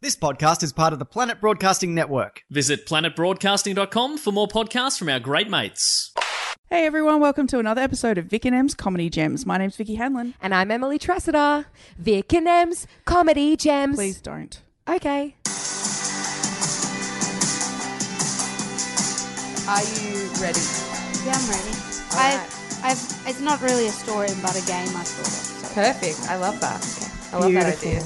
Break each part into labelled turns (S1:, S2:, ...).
S1: This podcast is part of the Planet Broadcasting Network.
S2: Visit planetbroadcasting.com for more podcasts from our great mates.
S3: Hey everyone, welcome to another episode of Vic and M's Comedy Gems. My name's Vicky Hanlon.
S4: And I'm Emily Tressida. Vic and M's Comedy Gems.
S3: Please don't.
S4: Okay. Are you ready?
S5: Yeah, I'm ready.
S4: right.
S5: I've, I've, it's not really a story, but a game I thought of. So.
S4: Perfect. I love that. I love
S3: Beautiful.
S4: that idea.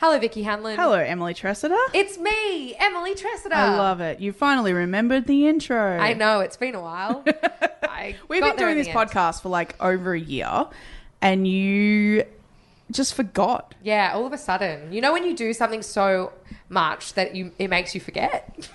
S4: Hello, Vicky Hanlon.
S3: Hello, Emily Tressida.
S4: It's me, Emily Tressida.
S3: I love it. You finally remembered the intro.
S4: I know. It's been a while. I
S3: We've
S4: got
S3: been
S4: there
S3: doing
S4: in
S3: this
S4: the end.
S3: podcast for like over a year and you just forgot.
S4: Yeah, all of a sudden. You know when you do something so much that you it makes you forget?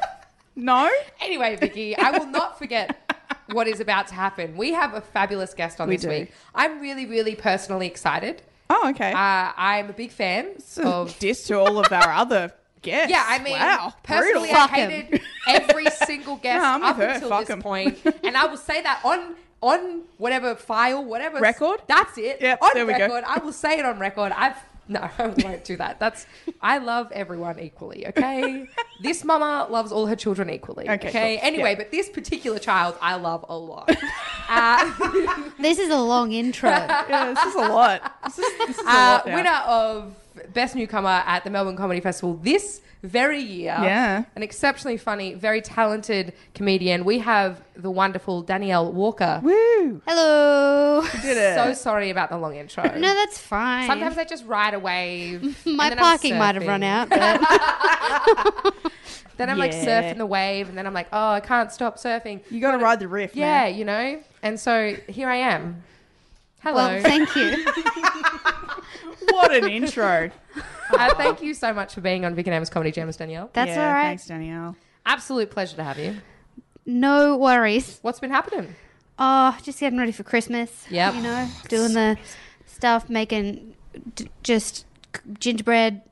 S3: No?
S4: Anyway, Vicky, I will not forget what is about to happen. We have a fabulous guest on
S3: We
S4: this
S3: do.
S4: week. I'm really, really personally excited.
S3: Oh, okay.
S4: Uh, I'm a big fan
S3: so
S4: of.
S3: diss to all of our other guests.
S4: Yeah, I mean,
S3: wow.
S4: personally,
S3: brutal.
S4: I hated every single guest
S3: No, I'm with
S4: up
S3: her.
S4: until
S3: Fuck
S4: this
S3: 'em.
S4: point, and I will say that on on whatever file, whatever
S3: Record?
S4: That's it.
S3: Yep,
S4: on
S3: there we go.
S4: record, I will say it on record. I've no, I won't do that. That's I love everyone equally. Okay, this mama loves all her children equally.
S3: Okay,
S4: Okay.
S3: cool.
S4: Anyway,
S3: Yeah.
S4: but this particular child, I love a lot. Uh,
S5: This is a long intro.
S3: Yeah, this is a lot. This is, this is a
S4: uh,
S3: lot now.
S4: winner of Best Newcomer at the Melbourne Comedy Festival this very year.
S3: Yeah.
S4: An exceptionally funny, very talented comedian. We have the wonderful Danielle Walker.
S3: Woo.
S5: Hello.
S3: Did it.
S4: So sorry about the long intro.
S5: No, that's fine.
S4: Sometimes I just ride a wave. and
S5: my
S4: then I'm
S5: parking might have run
S4: surfing.
S5: out. But
S4: Then I'm like
S3: Yeah.
S4: surfing the wave, and then I'm like, oh, I can't stop surfing.
S3: you got to ride the riff,
S4: Yeah,
S3: man.
S4: you know? And so here I am. Hello.
S5: well, thank you.
S3: What an intro.
S4: uh, thank you so much for being on Vic and Am's Comedy Jams, Danielle.
S5: That's
S3: yeah,
S5: all right.
S3: Thanks, Danielle.
S4: Absolute pleasure to have you.
S5: No worries.
S4: What's been happening?
S5: Oh, just getting ready for Christmas.
S4: Yep.
S5: You know, doing the stuff, making d- just c- gingerbread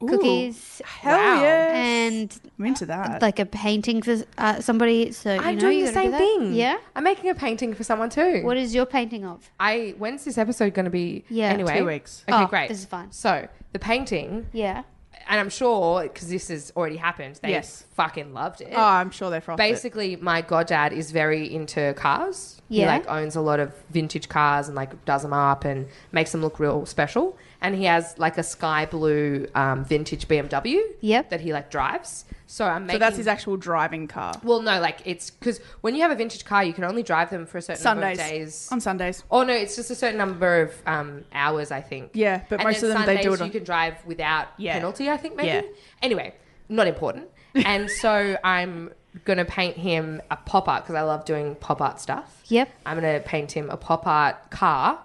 S5: cookies
S3: Hell
S4: Wow.
S3: yes.
S5: and
S3: I'm into that.
S5: like a painting for uh, somebody. So you
S4: I'm
S5: know,
S4: doing
S5: you
S4: the
S5: gotta
S4: same
S5: do that.
S4: thing.
S5: Yeah.
S4: I'm making a painting for someone too.
S5: What is your painting of?
S4: I when's this episode going to be?
S5: Yeah.
S4: anyway,
S3: Two weeks.
S4: Okay,
S5: Oh,
S4: great.
S5: this is fine.
S4: So the painting,
S5: Yeah.
S4: and I'm sure because this has already happened, they
S3: Yes.
S4: fucking loved it.
S3: oh, I'm sure they're from
S4: Basically, my goddad is very into cars. He
S5: Yeah.
S4: like owns a lot of vintage cars and like does them up and makes them look real special. And he has like a sky blue um, vintage BMW.
S5: Yep.
S4: That he like drives. So I'm making.
S3: So that's his actual driving car.
S4: Well, no, like it's because when you have a vintage car, you can only drive them for a certain
S3: Sundays.
S4: number of days.
S3: On Sundays.
S4: Oh no, it's just a certain number of um, hours, I think.
S3: Yeah, but most
S4: then
S3: of them, they do it
S4: Sundays
S3: on-
S4: You can drive without
S3: Yeah.
S4: penalty, I think. Maybe.
S3: Yeah.
S4: Anyway, not important. and so I'm gonna paint him a pop art because I love doing pop art stuff.
S5: Yep.
S4: I'm gonna paint him a pop art car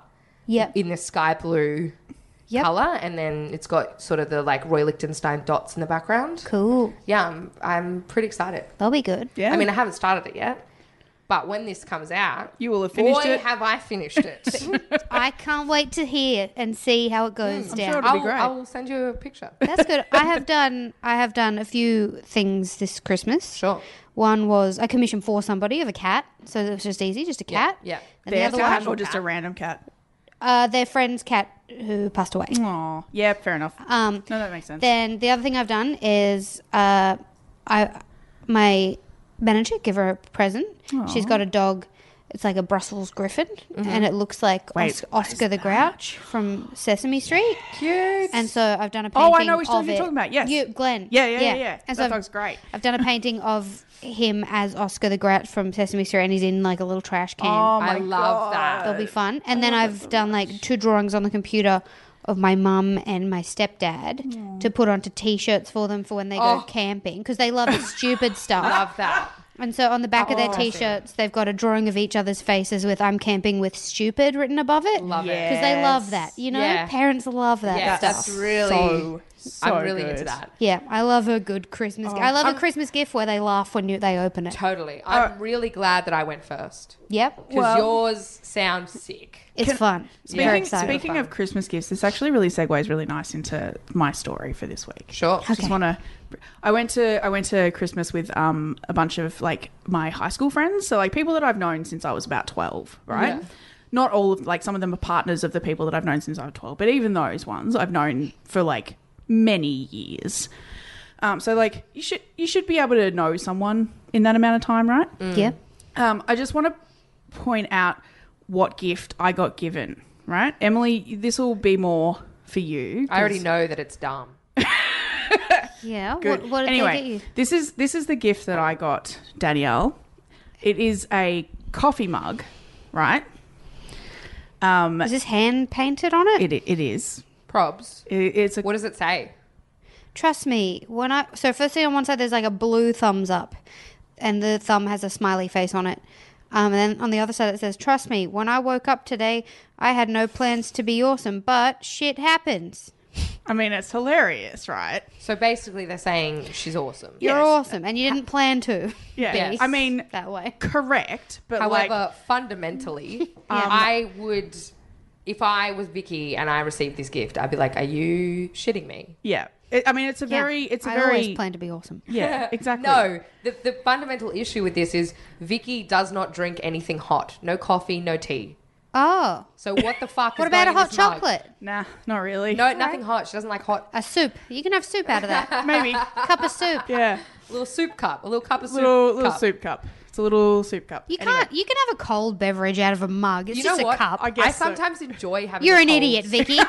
S5: Yep.
S4: in the sky blue
S5: Yep.
S4: color, and then it's got sort of the like Roy Lichtenstein dots in the background.
S5: Cool.
S4: Yeah, I'm, I'm pretty excited.
S5: That'll be good.
S3: Yeah.
S4: I mean, I haven't started it yet, but when this comes out,
S3: You will have finished
S4: boy,
S3: it.
S4: Have I finished it?
S5: I can't wait to hear and see how it goes
S3: Mm,
S5: down. Oh,
S3: sure it'll be
S4: I'll,
S3: great.
S4: I'll send you a picture.
S5: That's good. I have done I have done a few things this Christmas.
S4: Sure.
S5: One was I commissioned for somebody of a cat, so it was just easy, just a cat.
S4: yeah.
S5: And
S3: their
S5: the other
S3: cat
S5: one,
S3: or just a random cat?
S5: uh, their friend's cat who passed away.
S3: Oh, yeah, fair enough.
S5: Um,
S3: no, that makes sense.
S5: Then the other thing I've done is uh, I my manager give her a present. She's got a dog. It's like a Brussels Griffin, and it looks like
S3: Mm-hmm. Wait,
S5: Os- Oscar the Grouch from Sesame Street.
S3: Cute.
S5: And so I've done a painting.
S3: Oh, I know which dog
S5: of
S3: you're
S5: it.
S3: talking about. Yes.
S5: you, Glenn.
S3: Yeah, yeah, yeah, yeah. That
S5: And so I've-
S3: dog's great.
S5: I've done a painting of him as Oscar the Grouch from Sesame Street, and he's in like a little trash can.
S3: oh, my
S4: I
S3: God.
S4: love that.
S5: That'll be fun. And then I've done like two drawings on the computer of my mum and my stepdad to put onto t-shirts for them for when they go camping because they love stupid stuff.
S4: Oh. Love that. Oh,
S5: And so on the back of their t-shirts, they've got a drawing of each other's faces with "I'm camping with stupid" written above it.
S4: Love it.
S5: because they love that. You know,
S4: Yeah.
S5: parents love that
S4: Yeah,
S5: stuff.
S4: that's really.
S3: so, so
S4: I'm really
S3: good.
S4: into that.
S5: Yeah, I love a good Christmas.
S4: Oh,
S5: gift. I
S4: um,
S5: love a Christmas gift where they laugh when you, they open it.
S4: Totally. I'm really glad that I went first
S5: Yep,
S4: because yours sound sick.
S5: it's fun. It's
S3: Speaking,
S5: very exciting.
S3: speaking of Christmas gifts, this actually really segues really nice into my story for this week.
S4: Sure.
S3: Just want to. I went to I went to Christmas with um a bunch of like my high school friends, so like people that I've known since I was about twelve, right? Not all of like some of them are partners of the people that I've known since I was twelve, but even those ones I've known for like many years. Um, so like you should you should be able to know someone in that amount of time, right?
S5: yeah,
S3: Um, I just want to point out what gift I got given, right? Emily, this will be more for you.
S4: I already know that it's dumb.
S5: yeah.
S3: Good.
S5: What, what did
S3: anyway,
S5: they get you?
S3: this is this is the gift that I got, Danielle. It is a coffee mug, right? Um,
S5: Is this hand painted on it?
S3: it it is.
S4: Probs.
S3: It- it's a
S4: What does it say?
S5: Trust me, when I so first thing on one side there's like a blue thumbs up, and the thumb has a smiley face on it. Um, and then on the other side it says, "Trust me, when I woke up today, I had no plans to be awesome, but shit happens.
S3: I mean, it's hilarious, right?
S4: So basically, they're saying she's awesome.
S5: You're awesome, and you didn't plan to."
S3: Yeah.
S4: Yes.
S3: I mean,
S5: that way.
S3: correct, but like,
S4: However, fundamentally, um, I would, if I was Vicky and I received this gift, I'd be like, "Are you shitting me?"
S3: yeah. It, I mean, it's a
S5: Yeah.
S3: very, it's a
S5: I
S3: very,
S5: always plan to be awesome.
S3: yeah, exactly.
S4: No, the, the fundamental issue with this is Vicky does not drink anything hot. No coffee, no tea.
S5: Oh,
S4: So what the fuck?
S5: what
S4: is
S5: about
S4: going
S5: a
S4: in
S5: hot
S4: this mug?
S5: chocolate?
S3: nah, not really.
S4: No, nothing hot. She doesn't like hot.
S5: A soup. You can have soup out of that.
S3: maybe.
S5: Cup of soup.
S3: Yeah.
S4: A little soup cup. A little cup of soup.
S3: little little
S4: cup.
S3: soup cup. It's a little soup cup.
S5: You
S3: Anyway.
S5: can't. You can have a cold beverage out of a mug. It's
S4: You
S5: just
S4: know
S5: a
S4: what?
S5: cup.
S4: I,
S3: guess so.
S4: sometimes enjoy having.
S5: You're
S4: a
S5: an
S4: cold-
S5: idiot, Vicky.
S3: No,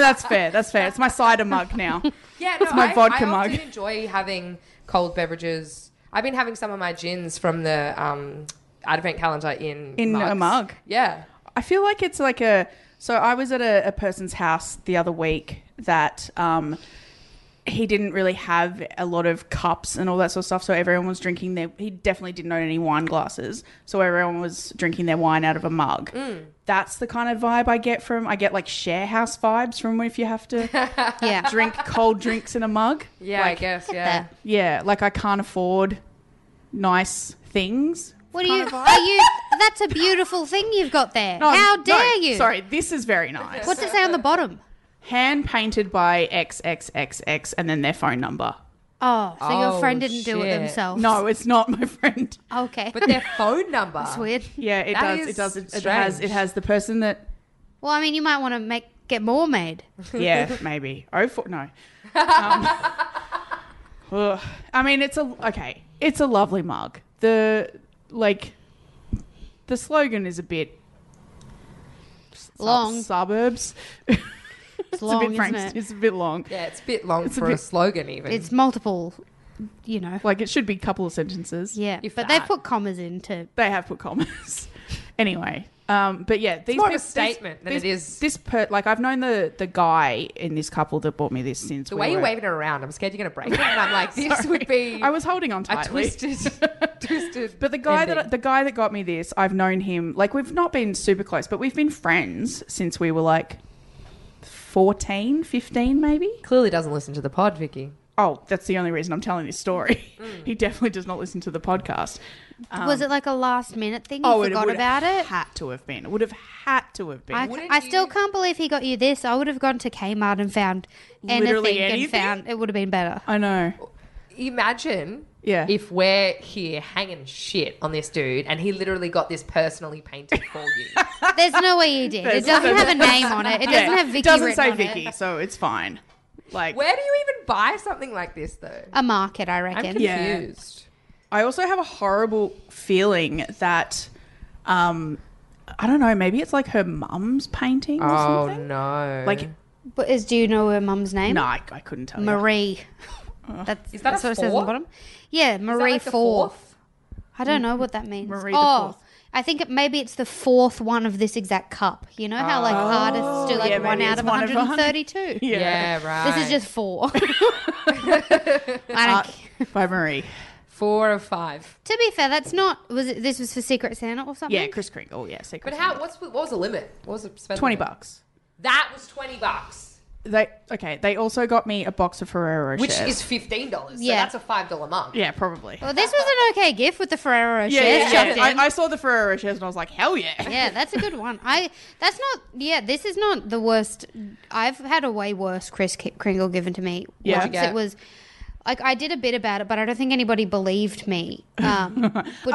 S3: that's fair. That's fair. It's my cider mug now.
S4: Yeah, no,
S3: It's my
S4: I,
S3: vodka
S4: I
S3: mug.
S4: often enjoy having cold beverages. I've been having some of my gins from the um, advent calendar in
S3: In a
S4: mugs.
S3: mug.
S4: Yeah.
S3: I feel like it's like a. So I was at a, a person's house the other week that um, he didn't really have a lot of cups and all that sort of stuff. So everyone was drinking their. He definitely didn't own any wine glasses. So everyone was drinking their wine out of a mug.
S4: Mm.
S3: That's the kind of vibe I get from. I get like share house vibes from if you have to
S5: yeah.
S3: drink cold drinks in a mug.
S4: Yeah, I guess. Yeah.
S5: that.
S3: Yeah, like I can't afford nice things.
S5: What are you? Are you? That's a beautiful thing you've got there.
S3: No,
S5: How
S3: no,
S5: dare you?
S3: Sorry, this is very nice.
S5: What's it say on the bottom?
S3: Hand painted by XXXX and then their phone number.
S5: Oh, so
S4: Oh,
S5: your friend didn't do it
S4: shit.
S5: themselves.
S3: No, it's not my friend.
S5: Okay.
S4: But their phone number.
S5: that's weird.
S3: Yeah, it
S4: That
S3: does.
S4: is
S3: It does. It, it has. It
S4: strange.
S3: has the person that.
S5: Well, I mean, you might want to make get more made.
S3: Yeah, maybe. Oh, for, no. Um, ugh. I mean, it's a okay. It's a lovely mug. The like, the slogan is a bit sub-
S5: Long.
S3: suburbs.
S5: It's
S3: It's a
S5: long,
S3: bit Frank-
S5: isn't it?
S3: It's a bit long.
S4: Yeah, it's a bit long
S3: a
S4: for a,
S3: bit-
S4: slogan, even.
S5: It's multiple. You know.
S3: Like it should be a couple of sentences.
S5: Yeah.
S4: If
S5: But
S4: that.
S5: they've put commas in too.
S3: They have put commas. anyway, um, but yeah, these
S4: more of a
S3: peop- these-
S4: statement than
S3: these-
S4: it is-
S3: This per like I've known the the guy in this couple that bought me this since
S4: the
S3: we
S4: way you're
S3: were-
S4: waving it around, I'm scared you're going to break it. And I'm like, this would be.
S3: I was holding on
S4: a
S3: tightly.
S4: twisted, twisted.
S3: But the guy
S4: ending.
S3: that the guy that got me this, I've known him like we've not been super close, but we've been friends since we were like 14, 15 maybe.
S4: clearly doesn't listen to the pod, Vicky.
S3: Oh, that's the only reason I'm telling this story.
S4: Mm.
S3: he definitely does not listen to the podcast. Oh,
S5: Was it like a last minute thing? You forgot
S3: Um, would
S5: about
S3: have
S5: it.
S3: Had to have been. It would have had to have been.
S5: I,
S4: Wouldn't
S5: I still
S4: you-
S5: can't believe he got you this. I would have gone to Kmart and found anything,
S3: Literally anything?
S5: and found it would have been better.
S3: I know.
S4: Imagine
S3: Yeah.
S4: if we're here hanging shit on this dude and he literally got this personally painted for you.
S5: There's no way you did. It doesn't have a name on it. It doesn't have Vicky.
S3: It doesn't
S5: written
S3: say
S5: on
S3: Vicky,
S5: It.
S3: so it's fine. Like
S4: Where do you even buy something like this, though?
S5: A market, I
S4: I'm
S5: reckon.
S4: confused.
S3: Yeah. I also have a horrible feeling that um I don't know, maybe it's like her mum's painting or
S4: Oh,
S3: something.
S4: no.
S3: Like
S5: But is do you know her mum's name?
S3: no, I, I couldn't tell you.
S5: Marie. That's,
S4: that
S5: that's
S4: a
S5: what it says on
S4: fourth?
S5: the bottom. Yeah,
S4: Is that
S5: Marie
S4: like the
S5: Fourth. I don't know what that means.
S3: Mm. Marie the
S5: oh,
S3: fourth.
S5: I think it, maybe it's the fourth one of this exact cup. You know how like artists do like
S3: Oh, yeah,
S5: one
S3: maybe
S5: out
S3: it's
S5: of
S3: one of
S5: 132.
S3: Yeah.
S4: Yeah, right.
S3: Uh,
S5: This is just four. I don't
S3: By Marie.
S4: Four of five.
S5: To be fair, that's not. Was it, this was for Secret Santa or something?
S3: Yeah, Chris Kringle. Yeah, secret.
S4: But how? What's what was the limit? What was the spend
S3: Twenty
S4: limit?
S3: bucks.
S4: That was twenty bucks,
S3: They okay. They also got me a box of Ferrero
S4: which
S3: Rochers.
S4: is Oh, fifteen dollars.
S5: Yeah.
S4: so that's a five dollar mug.
S3: yeah, probably.
S5: Well, this was an okay gift with the Ferrero Rocher chucked in.
S3: I, I saw the Ferrero Rochers and I was like, hell yeah.
S5: yeah, that's a good one. I that's not. Yeah, this is not the worst. I've had a way worse Chris K- Kringle given to me.
S3: Yeah.
S5: once.
S3: What'd you
S4: get?
S5: it was like I did a bit about it, but I don't think anybody believed me. Um, which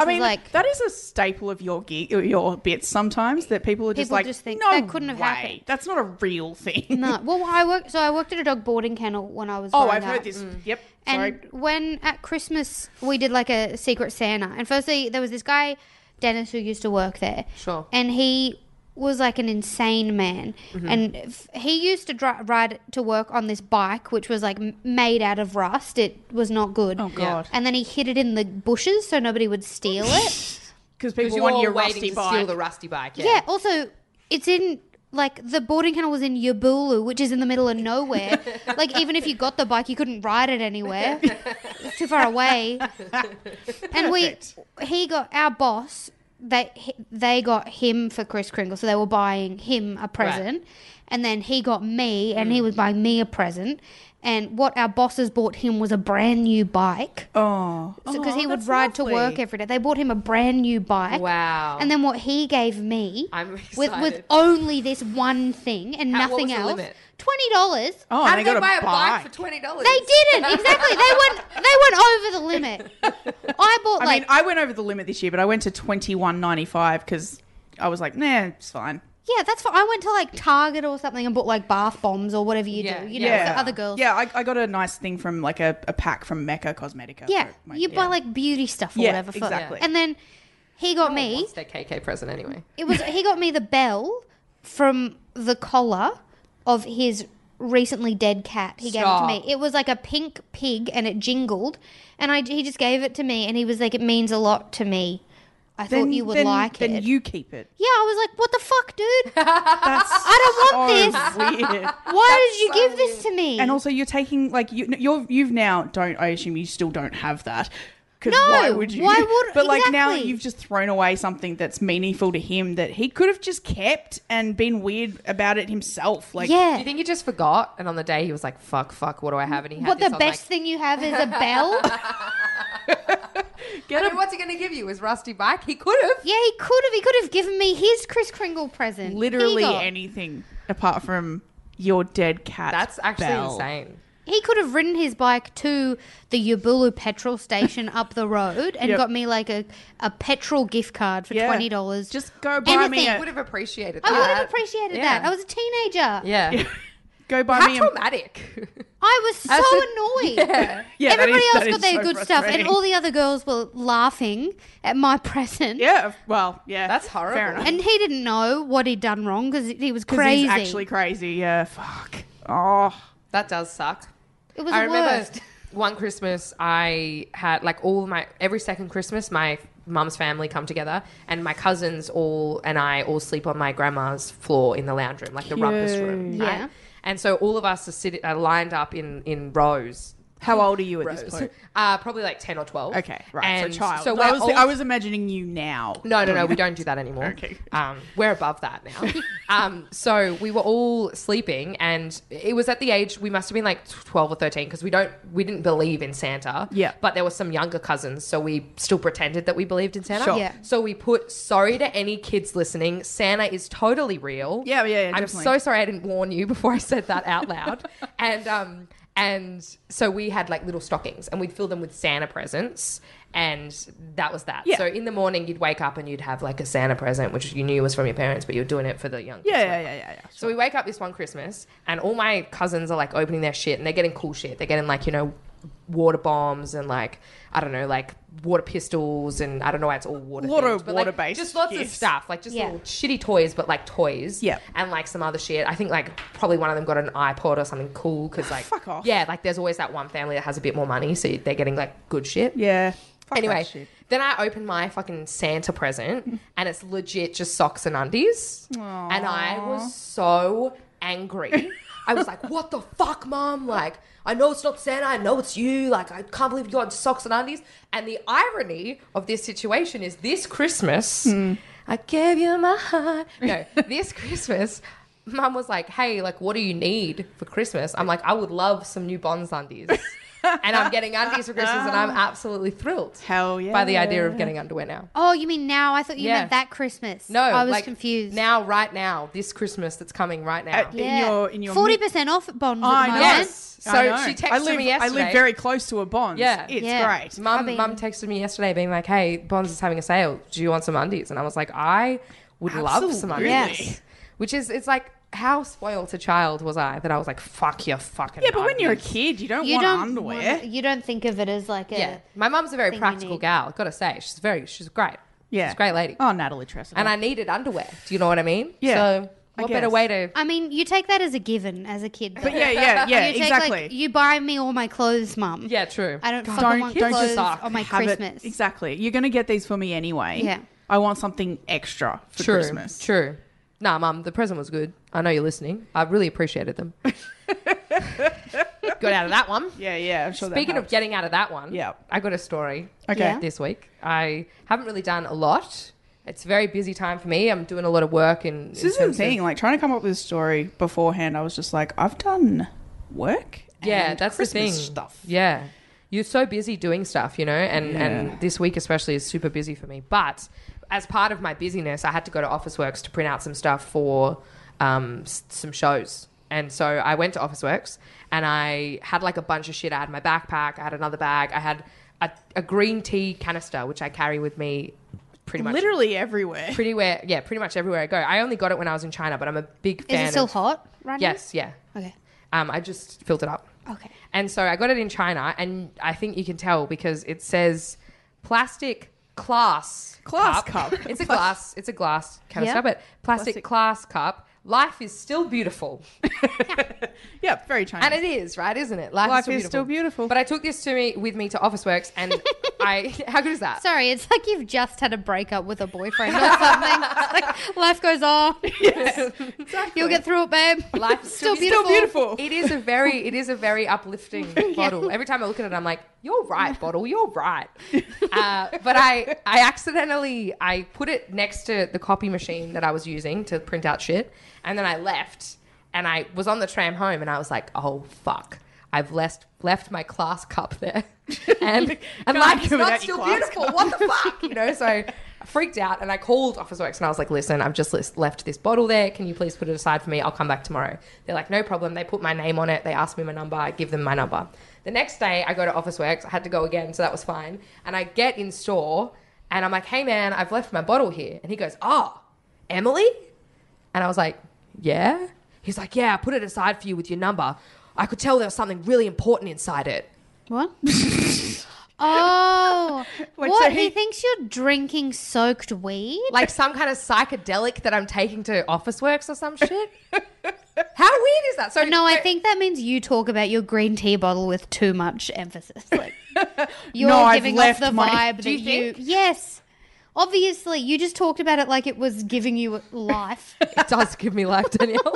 S3: I mean,
S5: was like
S3: that is a staple of your geek, your bits sometimes that people are just
S5: People
S3: like,
S5: just think
S3: no
S5: that couldn't have
S3: way.
S5: happened."
S3: That's not a real thing.
S5: no. uh, Well, I worked. So I worked at a dog boarding kennel when I was.
S3: oh,
S5: growing
S3: I've
S5: up.
S3: heard this.
S4: Mm.
S3: Yep. Sorry.
S5: And when at Christmas we did like a Secret Santa, and firstly there was this guy Dennis who used to work there.
S4: Sure.
S5: And he was like an insane man, and f- he used to dri- ride to work on this bike, which was like m- made out of rust. It was not good. Oh
S3: God.
S5: And then he hid it in the bushes so nobody would steal it.
S3: Because
S4: because
S3: people
S4: you're
S3: want
S4: all
S3: your
S4: waiting
S3: rusty
S4: to
S3: bike.
S4: steal the rusty bike. Yeah,
S5: yeah. Also, it's in. Like the boarding kennel was in Yabulu, which is in the middle of nowhere. like even if you got the bike, you couldn't ride it anywhere. It's too far away. and we he got our boss they he- they got him for Chris Kringle, so they were buying him a present, and then he got me, and he was buying me a present. And what our bosses bought him was a brand new bike. Oh, because he would
S3: that's
S5: ride to work
S3: lovely.
S5: every day. They bought him a brand new bike.
S4: Wow.
S5: And then what he gave me
S4: I'm
S5: with with
S4: excited.
S5: only this one thing and
S4: How- what
S5: nothing
S4: was the
S5: else.
S4: limit?
S5: Twenty dollars.
S3: oh,
S4: How
S3: and
S4: did
S3: they got
S4: they, buy a bike for
S3: bike.
S4: twenty dollars?
S5: They didn't exactly. They went they went over the limit. I bought
S3: I
S5: like
S3: mean, I went over the limit this year, but I went to twenty one ninety five because I was like, nah, it's fine.
S5: Yeah, that's fine. I went to like Target or something and bought like bath bombs or whatever you
S4: Yeah,
S5: do. You know,
S3: yeah.
S5: the other girls.
S3: Yeah, I, I got a nice thing from like a, a pack from Mecca Cosmetica.
S5: Yeah,
S3: for my-
S5: you buy like beauty stuff or
S3: Yeah,
S5: whatever. For,
S3: exactly.
S5: And then he
S4: Oh
S5: got me.
S4: It's their KK present anyway.
S5: It was he got me the bell from the collar of his recently dead cat. He
S4: Stop.
S5: gave it to me. It was like a pink pig and it jingled, and I he just gave it to me, and he was like, "It means a lot to me. I thought you would
S3: then,
S5: like
S3: then
S5: it."
S3: you keep it.
S5: yeah, I was like, "What the fuck, dude?
S3: That's
S5: I don't want this.
S3: so weird.
S5: Why did you give this to me?"
S3: And also, you're taking like you, you're you've now don't. I assume you still don't have that. 'Cause
S5: No,
S3: why would you?
S5: why would-
S3: but like now
S5: exactly.
S3: you've just thrown away something that's meaningful to him that he could have just kept and been weird about it himself. Like
S5: yeah.
S4: Do you think he just forgot? And on the day he was like, "Fuck, fuck, what do I have?" And he had
S5: What
S4: this
S5: the
S4: on,
S5: best
S4: like,
S5: thing you have is a bell?
S4: I mean, what's he going to give you? His rusty bike? He could have.
S5: yeah, he could have. He could have given me his Kris Kringle present.
S3: literally
S5: he got-
S3: anything apart from your dead cat.
S4: That's actually
S3: bell.
S4: insane.
S5: He could have ridden his bike to the Yabulu petrol station up the road and
S3: Yep.
S5: got me like a, a petrol gift card for
S3: Yeah.
S5: twenty dollars.
S3: Just go buy me
S5: Anything.
S3: a- Uh,
S4: Would have appreciated.
S5: I
S4: that.
S5: would have appreciated
S4: Yeah.
S5: that. I was a teenager.
S4: Yeah.
S3: Go buy
S4: How
S3: me. A,
S4: traumatic.
S5: I was so
S4: As a-
S5: annoyed.
S4: Yeah.
S3: yeah, that
S5: Everybody
S3: is-
S5: else
S3: that
S5: got
S3: is
S5: their
S3: so
S5: good stuff, and
S3: frustrating.
S5: all the other girls were laughing at my present.
S3: yeah, well, yeah,
S4: That's
S3: fair
S4: horrible.
S3: enough.
S5: And he didn't know what he'd done wrong because he was
S3: 'Cause
S5: crazy.
S3: He's actually crazy. Yeah, fuck. Oh,
S4: That does suck.
S5: it was
S4: I
S5: the
S4: remember
S5: worst.
S4: one Christmas I had like all my every second Christmas my mum's family come together and my cousins all and I all sleep on my grandma's floor in the lounge room, like the rumpus room. right?
S5: Yeah.
S4: And so all of us are sitting are lined up in in rows.
S3: how old are you at this
S4: rows.
S3: point?
S4: Uh, probably like ten or twelve.
S3: Okay, right.
S4: And
S3: so child.
S4: So
S3: I
S4: we're
S3: was
S4: all
S3: I was imagining you now.
S4: No, no, no. We don't do that anymore.
S3: Okay.
S4: Um, we're above that now. um, so we were all sleeping, and it was at the age we must have been like twelve or thirteen because we don't we didn't believe in Santa.
S3: Yeah.
S4: But there were some younger cousins, so we still pretended that we believed in Santa.
S3: Sure.
S5: Yeah.
S4: So we put sorry to any kids listening. Santa is totally real.
S3: Yeah, yeah, yeah,
S4: I'm
S3: definitely.
S4: so sorry I didn't warn you before I said that out loud. and um and so we had like little stockings and we'd fill them with Santa presents and that was that.
S3: Yeah.
S4: So in the morning you'd wake up and you'd have like a Santa present which you knew was from your parents but you were doing it for the young kids,
S3: Yeah, yeah,
S4: whatever.
S3: yeah, yeah, yeah.
S4: So we wake up this one Christmas, and all my cousins are like opening their shit, and they're getting cool shit. They're getting like you know, water bombs and like I don't know, like water pistols, and I don't know why it's all water.
S3: Lot of
S4: themed, but, like,
S3: water-based
S4: just lots of
S3: gifts.
S4: stuff, like just
S5: Yeah.
S4: little shitty toys, but like toys.
S3: Yeah.
S4: and like some other shit. I think like probably one of them got an iPod or something cool because like
S3: Fuck off.
S4: Yeah, like there's always that one family that has a bit more money, so they're getting like good shit.
S3: Yeah. Fuck
S4: Anyway,
S3: that shit.
S4: then I open my fucking Santa present and it's legit just socks and undies. And I was so angry. I was like, what the fuck, mom? Like, I know it's not Santa. I know it's you. Like, I can't believe you got socks and undies. And the irony of this situation is this Christmas,
S3: Hmm.
S4: I gave you my heart. No, this Christmas, mum was like, hey, like, what do you need for Christmas? I'm like, I would love some new Bonds undies. and I'm getting undies for Christmas, and I'm absolutely thrilled.
S3: Hell yeah.
S4: By the idea of getting underwear now.
S5: Oh, you mean now? I thought you
S4: Yeah.
S5: meant that Christmas.
S4: No,
S5: I was
S4: like,
S5: confused.
S4: Now, right now, this Christmas that's coming right now.
S3: Uh, in your in your
S5: forty
S3: mid-
S5: percent off bonds.
S3: I
S5: at the
S3: know.
S5: moment.
S4: yes. So
S3: I know.
S4: she texted
S3: I live,
S4: me
S3: I
S4: yesterday.
S3: live very close to a Bonds.
S4: Yeah.
S3: it's
S5: Yeah.
S3: great.
S4: Mum,
S5: I mean-
S4: mum texted me yesterday being like, hey, Bonds is having a sale. Do you want some undies? And I was like, I would love some
S3: Absolutely.
S4: undies.
S5: Yes.
S4: Which is, it's like, how spoiled a child was I that I was like, fuck your fucking
S3: Yeah, but when you're a
S4: undies.
S3: kid, you don't
S5: You
S3: want
S5: don't
S3: underwear.
S5: want- you don't think of it as like a.
S4: Yeah. My mum's a very
S5: Thing you
S4: practical
S5: need.
S4: gal, gotta say. She's very, she's great.
S3: yeah,
S4: She's a great lady.
S3: Oh, Natalie Tressel.
S4: and I needed underwear. Do you know what I mean?
S3: Yeah,
S4: So,
S3: I
S4: what better
S3: guess.
S4: way to.
S5: I mean, you take that as a given as a kid.
S3: But
S5: though.
S3: yeah, yeah, yeah,
S5: you take,
S3: exactly.
S5: Like, you buy me all my clothes, mum.
S4: Yeah, true.
S5: I don't fucking
S3: Don't-
S5: want
S3: don't
S5: clothes
S3: just
S5: on my
S3: have it-
S5: Christmas.
S3: Exactly. You're going to get these for me anyway.
S5: Yeah.
S3: I want something extra for
S4: True.
S3: Christmas.
S4: True. Nah, mum, the present was good. I know you're listening. I really appreciated them. got out of that one.
S3: Yeah, yeah. I'm sure
S4: Speaking
S3: that
S4: of getting out of that one,
S3: Yeah.
S4: I got a story
S3: Okay. Yeah.
S4: this week. I haven't really done a lot. It's a very busy time for me. I'm doing a lot of work and
S3: This is the thing. Like, trying to come up with a story beforehand, I was just like, I've done work.
S4: yeah,
S3: and
S4: that's the
S3: Christmas
S4: thing.
S3: Stuff.
S4: Yeah, you're so busy doing stuff, you know, and and this week especially is super busy for me. But as part of my busyness, I had to go to Office Works to print out some stuff for um, s- some shows. And so I went to Office Works and I had like a bunch of shit. I had my backpack, I had another bag, I had a, a green tea canister, which I carry with me pretty much.
S3: Literally everywhere.
S4: Pretty where, yeah, pretty much everywhere I go. I only got it when I was in China, but I'm a big fan.
S5: Is it still
S4: of-
S5: hot right
S4: Yes, yeah.
S5: now? Okay.
S4: Um, I just filled it up.
S5: Okay.
S4: And so I got it in China, and I think you can tell because it says plastic class
S3: Class cup.
S4: It's a glass. It's a glass kind
S5: Yeah.
S4: of stuff, but plastic,
S3: Plastic.
S4: class cup. Life is still beautiful,
S3: Yeah, very Chinese.
S4: and it is right, isn't it? Life,
S3: Life is still beautiful.
S4: But I took this to me with me to Office Works, and I how good is that?
S5: Sorry, it's like you've just had a breakup with a boyfriend or something. It's like life goes on. You'll get through it, babe.
S4: Life is
S5: still
S4: still
S3: beautiful.
S5: beautiful.
S4: It is a very it is a very uplifting bottle. Every time I look at it, I'm like, "You're right, bottle. You're right." Uh, but I I accidentally I put it next to the copy machine that I was using to print out shit, and then I left, and I was on the tram home, and I was like, "Oh fuck." I've left left my class cup there, and and
S3: Can't
S4: life is
S3: go without your
S4: not still
S3: class
S4: beautiful. What the fuck, you know? So I freaked out, and I called Office Works, and I was like, "Listen, I've just lis- left this bottle there. Can you please put it aside for me? I'll come back tomorrow." They're like, "No problem." They put my name on it. They asked me my number. I give them my number. The next day, I go to Office Works. I had to go again, so that was fine. And I get in store, and I'm like, "Hey, man, I've left my bottle here." And he goes, "Oh, Emily." And I was like, Yeah? He's like, Yeah, I put it aside for you with your number. I could tell there was something really important inside it.
S5: What? oh.
S3: Wait,
S5: what?
S3: so
S5: he...
S3: he-
S5: thinks you're drinking soaked weed?
S4: Like some kind of psychedelic that I'm taking to Office Works or some shit. How weird is that? So
S5: Oh, no, I think that means you talk about your green tea bottle with too much emphasis. Like you're
S3: No, I've
S5: giving off
S3: left
S5: the
S3: my-
S5: vibe
S4: Do you
S5: that
S4: think?
S5: you Yes. Obviously, you just talked about it like it was giving you life.
S4: it does give me life, Danielle.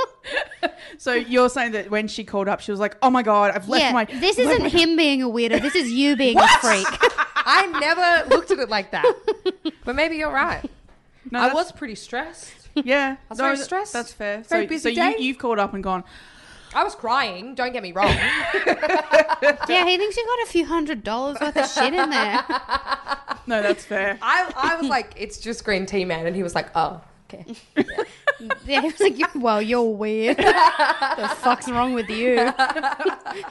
S3: So you're saying that when she called up, she was like, "Oh my god, I've left
S5: yeah.
S3: my."
S5: this
S3: left
S5: isn't
S3: my-
S5: him being a weirdo. This is you being a freak.
S4: I never looked at it like that. But maybe you're right.
S3: No,
S4: I
S3: that's-
S4: was pretty stressed.
S3: Yeah,
S4: was very
S3: th-
S4: stressed.
S3: That's fair.
S4: Very
S3: so, so
S4: busy day.
S3: You, you've called up and gone.
S4: I was crying, don't get me wrong.
S5: yeah, he thinks you got a few hundred dollars worth of shit in there.
S3: No, that's fair.
S4: I, I was like, it's just green tea, man. And he was like, oh, okay.
S5: Yeah, he was like, "You- "Well, you're weird. the fuck's wrong with you?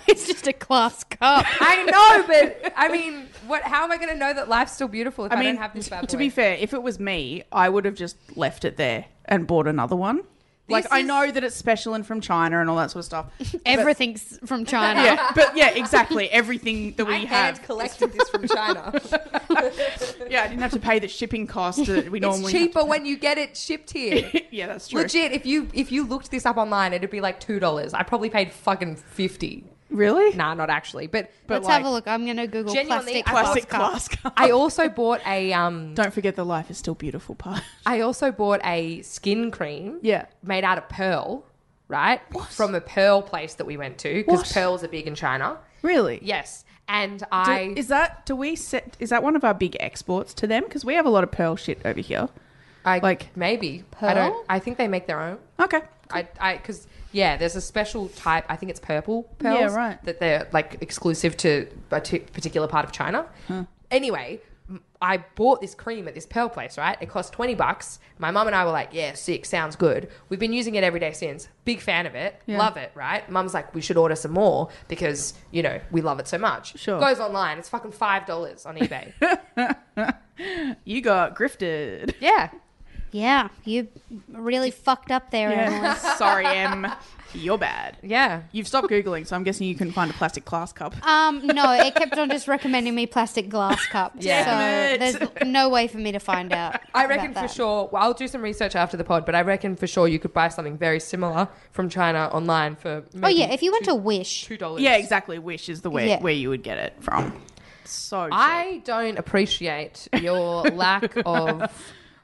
S5: it's just a class cup."
S4: I know, but I mean, what? How am I going to know that life's still beautiful if I,
S3: I mean,
S4: don't have this bad
S3: to
S4: boy?
S3: be fair, if it was me, I would have just left it there and bought another one. like I
S4: is-
S3: know that it's special and from China and all that sort of stuff.
S5: Everything's from China.
S3: yeah, but yeah, exactly. Everything that we
S4: I
S3: have.
S4: hand collected this from China.
S3: yeah, I didn't have to pay the shipping costs that we normally.
S4: it's cheaper when you get it shipped here.
S3: Yeah, that's true.
S4: Legit, if you if you looked this up online, it'd be like two dollars. I probably paid fucking fifty.
S3: Really?
S4: Nah, not actually, but
S5: Let's have a look. I'm gonna Google
S4: Genuinely,
S5: plastic,
S4: I
S5: class
S3: Classic
S5: cup.
S3: class card.
S4: I also bought a um.
S3: Don't forget the life is still beautiful part.
S4: I also bought a skin cream.
S3: Yeah.
S4: Made out of pearl. right? From a pearl place that we went to
S3: What?
S4: because pearls are big in China.
S3: Really?
S4: Yes, and
S3: Do-
S4: I
S3: is that do we set? Is that one of our big exports to them? Because we have a lot of pearl shit over here.
S4: I
S3: like-
S4: maybe I
S5: Pearl?
S4: don't. I think they make their own.
S3: Okay.
S4: I, I, because yeah, there's a special type. I think it's purple pearls.
S3: Yeah, right.
S4: That they're like exclusive to a t- particular part of China. Anyway, m- I bought this cream at this pearl place. Right, it cost twenty bucks. My mum and I were like, "Yeah, sick, sounds good." We've been using it every day since. Big fan of it. Love it. Right. Mum's like, "We should order some more because you know we love it so much."
S3: Sure.
S4: Goes online. It's fucking five dollars on eBay.
S3: You got grifted.
S4: yeah.
S5: Yeah, you really fucked up there, Emily.
S3: Sorry, Em. You're bad.
S4: Yeah.
S3: You've stopped googling, so I'm guessing you couldn't find a plastic glass cup.
S5: Um, no, it kept on just recommending me plastic glass cups.
S3: Damn
S5: so
S3: it.
S5: there's no way for me to find out.
S4: I
S5: about
S4: reckon for
S5: that.
S4: sure. Well, I'll do some research after the pod, but I reckon for sure you could buy something very similar from China online for.
S5: Oh
S4: maybe
S5: yeah, if you went to Wish,
S4: two dollars.
S3: Yeah, exactly. Wish is the way
S5: Yeah.
S3: where you would get it from. So cheap.
S4: I don't appreciate your lack of.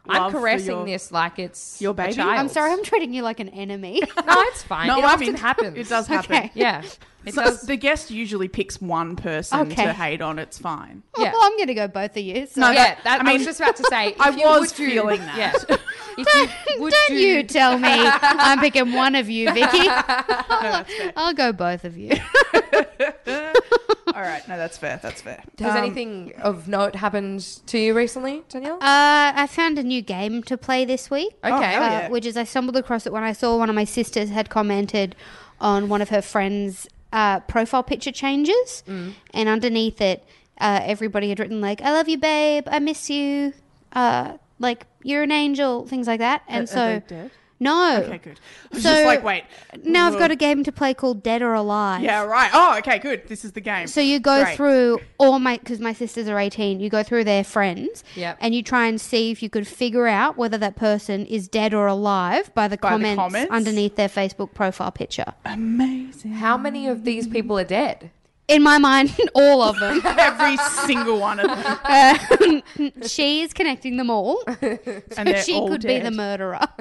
S3: Love
S4: I'm
S3: for
S4: caressing
S3: your-
S4: this like it's
S3: your
S4: a
S3: baby?
S4: child.
S5: I'm sorry, I'm treating you like an enemy.
S4: No, it's fine. it
S3: I
S4: often
S3: mean,
S4: happens.
S3: It does happen.
S5: Okay.
S4: Yeah, it
S3: So
S4: does.
S3: the guest usually picks one person to
S5: Okay.
S3: hate on. It's fine.
S4: Yeah.
S5: well, I'm gonna go both of you. So.
S3: No,
S4: yeah, that, I,
S3: I mean,
S4: was just about to say.
S3: I
S4: if you
S3: was
S4: would do-
S3: feeling that.
S4: Yeah. If you would
S5: Don't
S4: do-
S5: you tell me I'm picking one of you, Vicky. I'll go both of you.
S3: All right. No, that's fair. That's fair.
S4: Has anything of note happened to you recently, Danielle?
S3: Um,
S5: Uh, I found a new game to play this week.
S4: Okay.
S5: uh,
S4: hell
S3: Oh, yeah.
S5: Which is, I stumbled across it when I saw one of my sisters had commented on one of her friends' uh, profile picture changes.
S3: Mm.
S5: And underneath it, uh, everybody had written, like, I love you, babe. I miss you. Uh, like, you're an angel. Things like that. And so.
S3: they dead?
S5: No.
S3: Um, Okay, good. I was just like, wait.
S5: Now I've got a game to play called Dead or Alive.
S3: Yeah. Right. Oh. Okay. Good. This is the game.
S5: So you go
S3: Great.
S5: through all my because my sisters are eighteen. You go through their friends,
S4: Yep.
S5: and you try and see if you could figure out whether that person is dead or alive by the,
S3: the
S5: comments,
S3: comments?
S5: underneath their Facebook profile picture.
S3: amazing.
S4: How many of these people are dead?
S5: In my mind, all of them.
S3: Every single one of them.
S5: She's connecting them all,
S3: And they're
S5: she
S3: all
S5: could be
S3: dead.
S5: the murderer.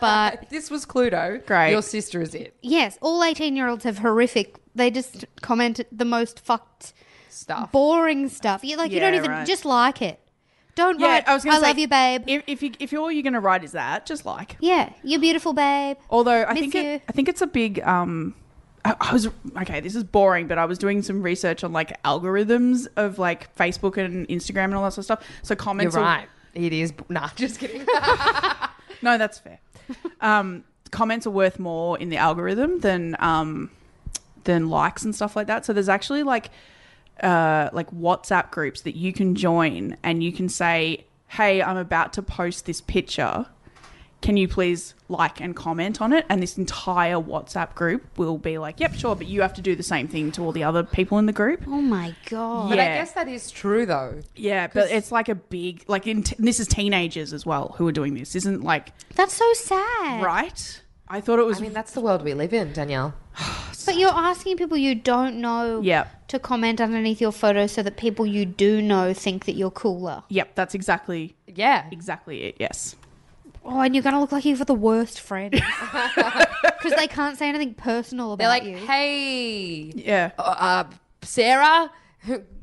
S5: but
S4: This was Cluedo.
S3: Great.
S4: Your sister is it.
S5: yes, all eighteen-year-olds have horrific. They just comment the most fucked,
S4: Stuff.
S5: boring stuff. You like you
S3: Yeah,
S5: don't even
S3: right.
S5: just like it. Don't
S3: Yeah.
S5: write.
S3: I was gonna say,
S5: love you, babe.
S3: If, if you if all you're gonna write is that, just like.
S5: yeah, you're beautiful, babe.
S3: Although I
S5: Miss
S3: think
S5: you.
S3: it, I think it's a big um I, I was okay, this is boring, but I was doing some research on like algorithms of like Facebook and Instagram and all that sort of stuff. So
S4: You're
S3: comments will-
S4: right. It is. b- Nah, just kidding.
S3: No, that's fair. um comments are worth more in the algorithm than um than likes and stuff like that. So there's actually like uh like WhatsApp groups that you can join and you can say, "Hey, I'm about to post this picture." can you please like and comment on it? And this entire WhatsApp group will be like, yep, sure, but you have to do the same thing to all the other people in the group.
S5: Oh my god.
S4: But I
S3: Yeah.
S4: guess that is true, though.
S3: Yeah, but it's like a big, like, in t- this is teenagers as well who are doing this. Isn't like,
S5: That's so sad.
S3: right? I thought it was.
S4: I mean, that's the world we live in, Danielle.
S5: But you're asking people you don't know
S3: Yep.
S5: to comment underneath your photo so that people you do know think that you're cooler.
S3: yep, that's exactly,
S4: Yeah.
S3: exactly it. Yes.
S5: Oh, and you're going to look like you've got the worst friends. Because they can't say anything personal about
S4: They're like,
S5: you.
S4: hey,
S3: Yeah.
S4: uh, uh, Sarah,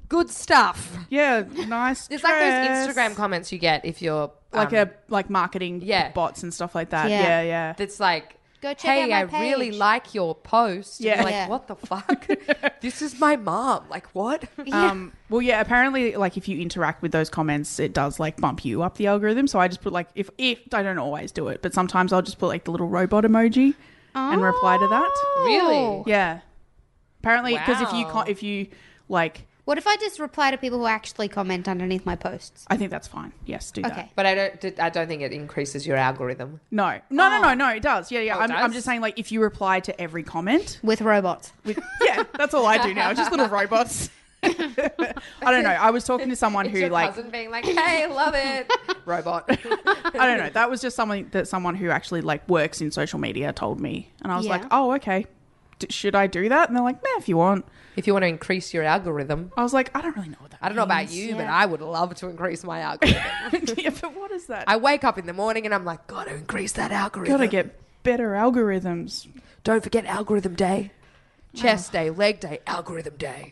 S4: good stuff.
S3: Yeah. Nice.
S4: It's like those
S3: dress.
S4: Instagram comments you get if you're
S3: Like a
S4: um,
S3: like marketing
S4: Yeah.
S3: bots and stuff like that.
S5: Yeah.
S3: Yeah, yeah.
S4: That's like.
S5: Go check
S4: hey,
S5: out my
S4: I really
S5: page."
S4: like your post. And
S3: Yeah.
S4: you're like,
S5: Yeah.
S4: what the fuck? this is my mom. Like, what?
S3: Um, well, yeah. Apparently, like if you interact with those comments, it does like bump you up the algorithm. So I just put like if if I don't always do it, but sometimes I'll just put like the little robot emoji and reply to that.
S4: Oh. Really?
S3: Yeah. Apparently, because if you
S4: Wow.
S3: can't, if you like,
S5: What if I just reply to people who actually comment underneath my posts?
S3: I think that's fine. Yes, do that.
S5: Okay.
S4: But I don't. I don't think it increases your algorithm.
S3: No, no, no, no, no. It does. Yeah, yeah.
S4: Oh. it
S3: I'm, I'm
S4: does?
S3: just saying like if you reply to every comment,
S5: With robots.
S3: with, yeah, that's all I do now. Just little robots. I don't know. I was talking to someone
S4: It's
S3: who
S4: your
S3: like
S4: cousin being like, "Hey, love it, robot."
S3: I don't know. That was just something that someone who actually like works in social media told me, and I was
S5: Yeah.
S3: like, "Oh, okay. D- should I do that?" And they're like, "Nah, if you want."
S4: if you want to increase your algorithm,
S3: I was like, "I don't really know what that."
S4: I don't know about you, but I would love to increase my algorithm.
S3: about. yeah, but what is that?
S4: I
S3: I
S4: wake up in the morning and I'm like, gotta increase that algorithm.
S3: gotta get better algorithms.
S4: Don't forget algorithm day. Chest day, leg day, algorithm day.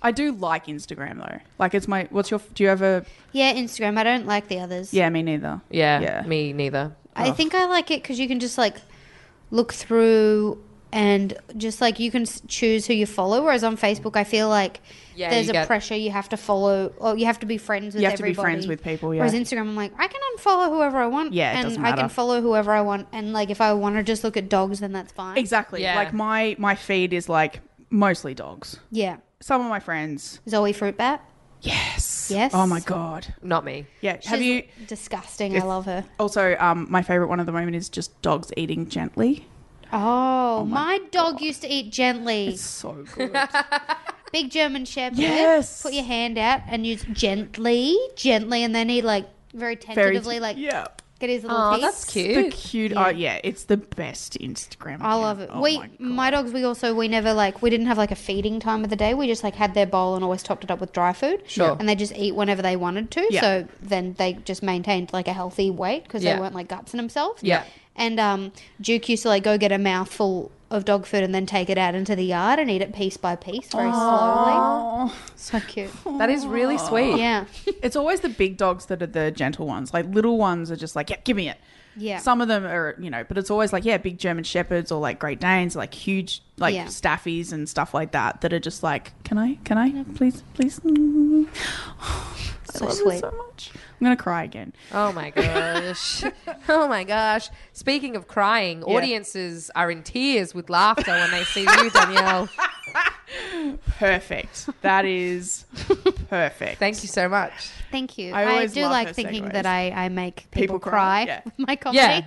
S3: I do like Instagram though. Like it's my. What's your? Do you ever?
S5: Yeah, Instagram. I don't like the others.
S3: Yeah, me neither.
S4: Yeah,
S3: Yeah.
S4: me neither.
S3: Oh.
S5: I think I like it because you can just like look through and just like you can s- choose who you follow. Whereas on Facebook, I feel like
S4: Yeah,
S5: there's
S4: you
S5: a
S4: get-
S5: pressure you have to follow or you have to be friends with
S3: You have to be
S5: everybody.
S3: friends with people, yeah.
S5: Whereas Instagram, I'm like, I can unfollow whoever I want.
S3: Yeah, it
S5: and
S3: doesn't
S5: I can
S3: matter.
S5: follow whoever I want. And like if I want to just look at dogs, then that's fine.
S3: Exactly.
S4: Yeah.
S3: Like my my feed is like mostly dogs.
S5: Yeah.
S3: Some of my friends.
S5: Zoe Fruitbat.
S3: Yes.
S5: Yes.
S3: Oh my god.
S4: Not me.
S3: Yeah. have
S5: She's
S3: you?
S5: Disgusting. I love her.
S3: Also, um, my favorite one at the moment is just dogs eating gently.
S5: Oh, my, dog used to eat gently.
S3: So good.
S5: Big German Shepherd.
S3: Yes.
S5: Put your hand out and use gently, gently, and then he like very tentatively like
S3: yeah.
S5: get his little
S4: Oh,
S5: teeth.
S4: that's
S3: The
S4: cute.
S3: cute. Oh yeah, it's the best Instagram.
S5: I love it.
S3: account. Oh
S5: we
S3: my
S5: my, dogs. We also we never like we didn't have like a feeding time of the day. We just like had their bowl and always topped it up with dry food.
S4: Sure.
S5: And they just eat whenever they wanted to.
S3: Yeah.
S5: So then they just maintained like a healthy weight because
S4: Yeah.
S5: they weren't like gutsing themselves.
S4: Yeah.
S5: And um, Duke used to like go get a mouthful of dog food and then take it out into the yard and eat it piece by piece very slowly. So cute.
S4: That is really sweet.
S5: Yeah.
S3: It's always the big dogs that are the gentle ones. Like little ones are just like, yeah, give me it.
S5: Yeah.
S3: Some of them are, you know, but it's always like, yeah, big German shepherds or like Great Danes, like huge, like
S5: Yeah.
S3: staffies and stuff like that, that are just like, can I, can I, please, please. Mm. I love
S5: sweet.
S3: it so much. I'm gonna cry again.
S4: Oh my gosh. oh my gosh. Speaking of crying, audiences are in tears with laughter when they see you, Danielle.
S3: Perfect. That is perfect.
S4: Thank you so much.
S5: Thank you.
S3: I
S5: I,
S3: always
S5: do
S3: love
S5: like
S3: her
S5: thinking
S3: segues.
S5: that I, I make people,
S3: People cry,
S5: cry,
S3: yeah.
S5: with my comedy.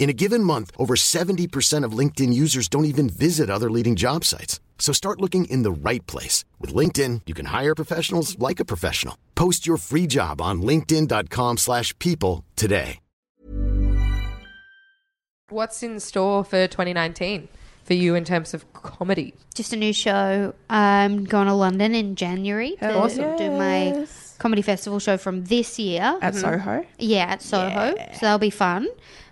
S6: In a given month, over 70% of LinkedIn users don't even visit other leading job sites. So start looking in the right place. With LinkedIn, you can hire professionals like a professional. Post your free job on linkedin.com/people slash people today.
S4: what's in store for 2019 for you in terms of comedy?
S5: Just a new show. I'm going to London in January to
S3: Awesome.
S5: do my comedy festival show from this year.
S3: At Soho.
S5: yeah, at Soho. So that'll be fun.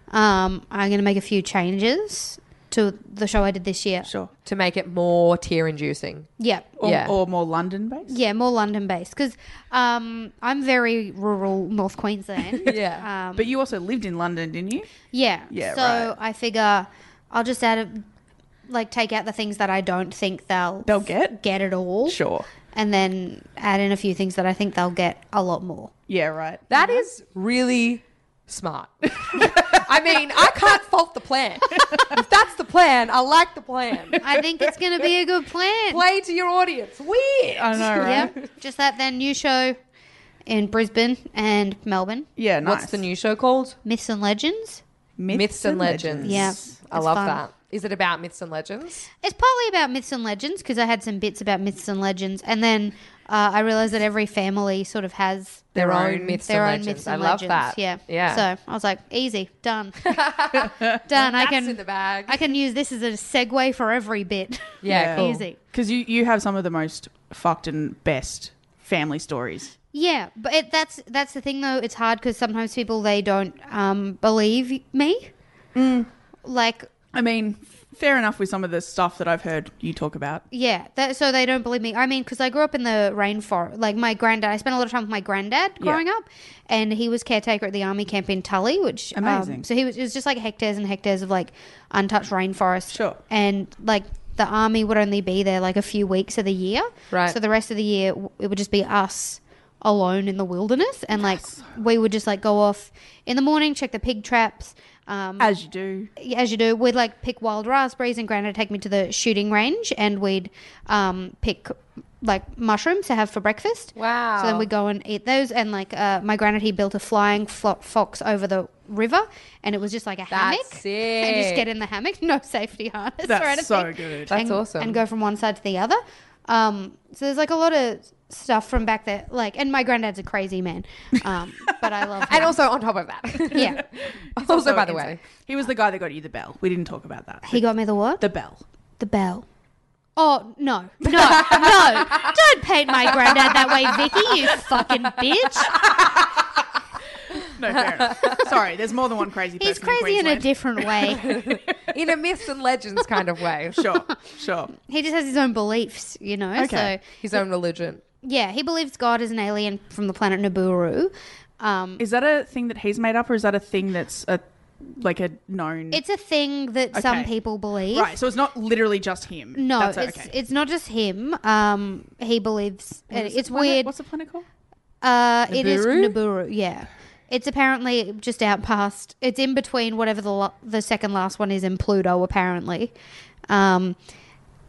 S5: Um, I'm going to make a few changes to the show I did this year.
S3: Sure.
S4: To make it more tear inducing.
S5: Yeah.
S3: Or,
S4: Yeah.
S3: or more London based.
S5: Yeah, more London based because um, I'm very rural North Queensland.
S4: Yeah.
S3: But you also lived in London, didn't you?
S5: Yeah.
S3: Yeah,
S5: So
S3: right.
S5: I figure I'll just add, a, like, take out the things that I don't think they'll
S3: They'll get?
S5: get at all.
S3: Sure.
S5: And then add in a few things that I think they'll get a lot more.
S3: Yeah, right.
S4: That is really smart. I mean, I can't fault the plan. If that's the plan, I like the plan.
S5: I think it's going to be a good plan.
S4: Play to your audience. Weird.
S3: I know, right?
S5: Yeah. Just that then new show in Brisbane and Melbourne,
S3: Yeah, nice.
S4: What's the new show called?
S5: Myths and Legends.
S3: Myths,
S4: Myths and Legends.
S5: Yeah,
S4: I
S5: it's
S4: love
S5: fun.
S4: that. Is it about myths and legends?
S5: It's partly about myths and legends because I had some bits about myths and legends, and then uh, I realized that every family sort of has
S4: Their own myths
S5: their
S4: and
S5: own
S4: legends.
S5: myths
S4: I
S5: and
S4: love that.
S5: legends. Yeah,
S4: Yeah.
S5: So I was like, easy, done, done. I can
S4: in the bag.
S5: I can use this as a segue for every bit.
S4: Yeah,
S3: Yeah.
S4: cool.
S5: easy.
S3: Because you, you have some of the most fucked and best family stories.
S5: Yeah, but it, that's that's the thing though. It's hard because sometimes people they don't um, believe me.
S4: Mm.
S5: Like
S3: I mean, fair enough with some of the stuff that I've heard you talk about.
S5: Yeah, that, so they don't believe me. I mean, because I grew up in the rainforest. Like my granddad, I spent a lot of time with my granddad growing up, and he was caretaker at the army camp in Tully, which um,
S3: Amazing.
S5: so he was it was just like hectares and hectares of like untouched rainforest.
S3: Sure.
S5: And like the army would only be there like a few weeks of the year.
S4: Right.
S5: So the rest of the year w- it would just be us alone in the wilderness, and like we would just like go off in the morning, check the pig traps. Um,
S3: As you do.
S5: yeah, as you do, we'd like pick wild raspberries, and Grandad would take me to the shooting range, and we'd um, pick like mushrooms to have for breakfast.
S4: Wow.
S5: So then we go and eat those, and like uh, my Grandad, he built a flying flo- fox over the river, and it was just like a hammock. And you just
S4: sick.
S5: get in the hammock, no safety harness. or
S3: That's
S5: anything
S3: so good.
S4: That's
S5: and,
S4: awesome.
S5: And go from one side to the other. Um, so there's like a lot of stuff from back there. Like, and my granddad's a crazy man, um, but I love.
S4: And
S5: him.
S4: also on top of that.
S5: yeah,
S4: also, by the way,
S3: he was the guy that got you the bell. We didn't talk about that.
S5: he got me the what?
S3: the bell.
S5: The bell. Oh no, no, no! Don't paint my granddad that way, Vicky. You fucking bitch.
S3: No, fair enough. Sorry, there's more than one crazy person.
S5: He's crazy in
S3: in,
S5: a
S3: Queensland.
S5: different way.
S4: in a myths and legends kind of way.
S3: Sure, sure.
S5: He just has his own beliefs, you know.
S3: Okay.
S5: So
S4: His own religion.
S5: yeah, he believes God is an alien from the planet Nibiru. Um,
S3: Is that a thing that he's made up, or is that a thing that's a like a known?
S5: it's a thing that some
S3: Okay.
S5: people believe.
S3: right. So it's not literally just him.
S5: No,
S3: That's
S5: it's
S3: okay.
S5: it's not just him. Um, he believes uh, it's
S3: Planet-
S5: weird.
S3: What's the planet called?
S5: Uh, it is
S4: Nibiru?
S5: Nibiru. Yeah, it's apparently just out past. It's in between whatever the lo- the second last one is in Pluto. Apparently, um,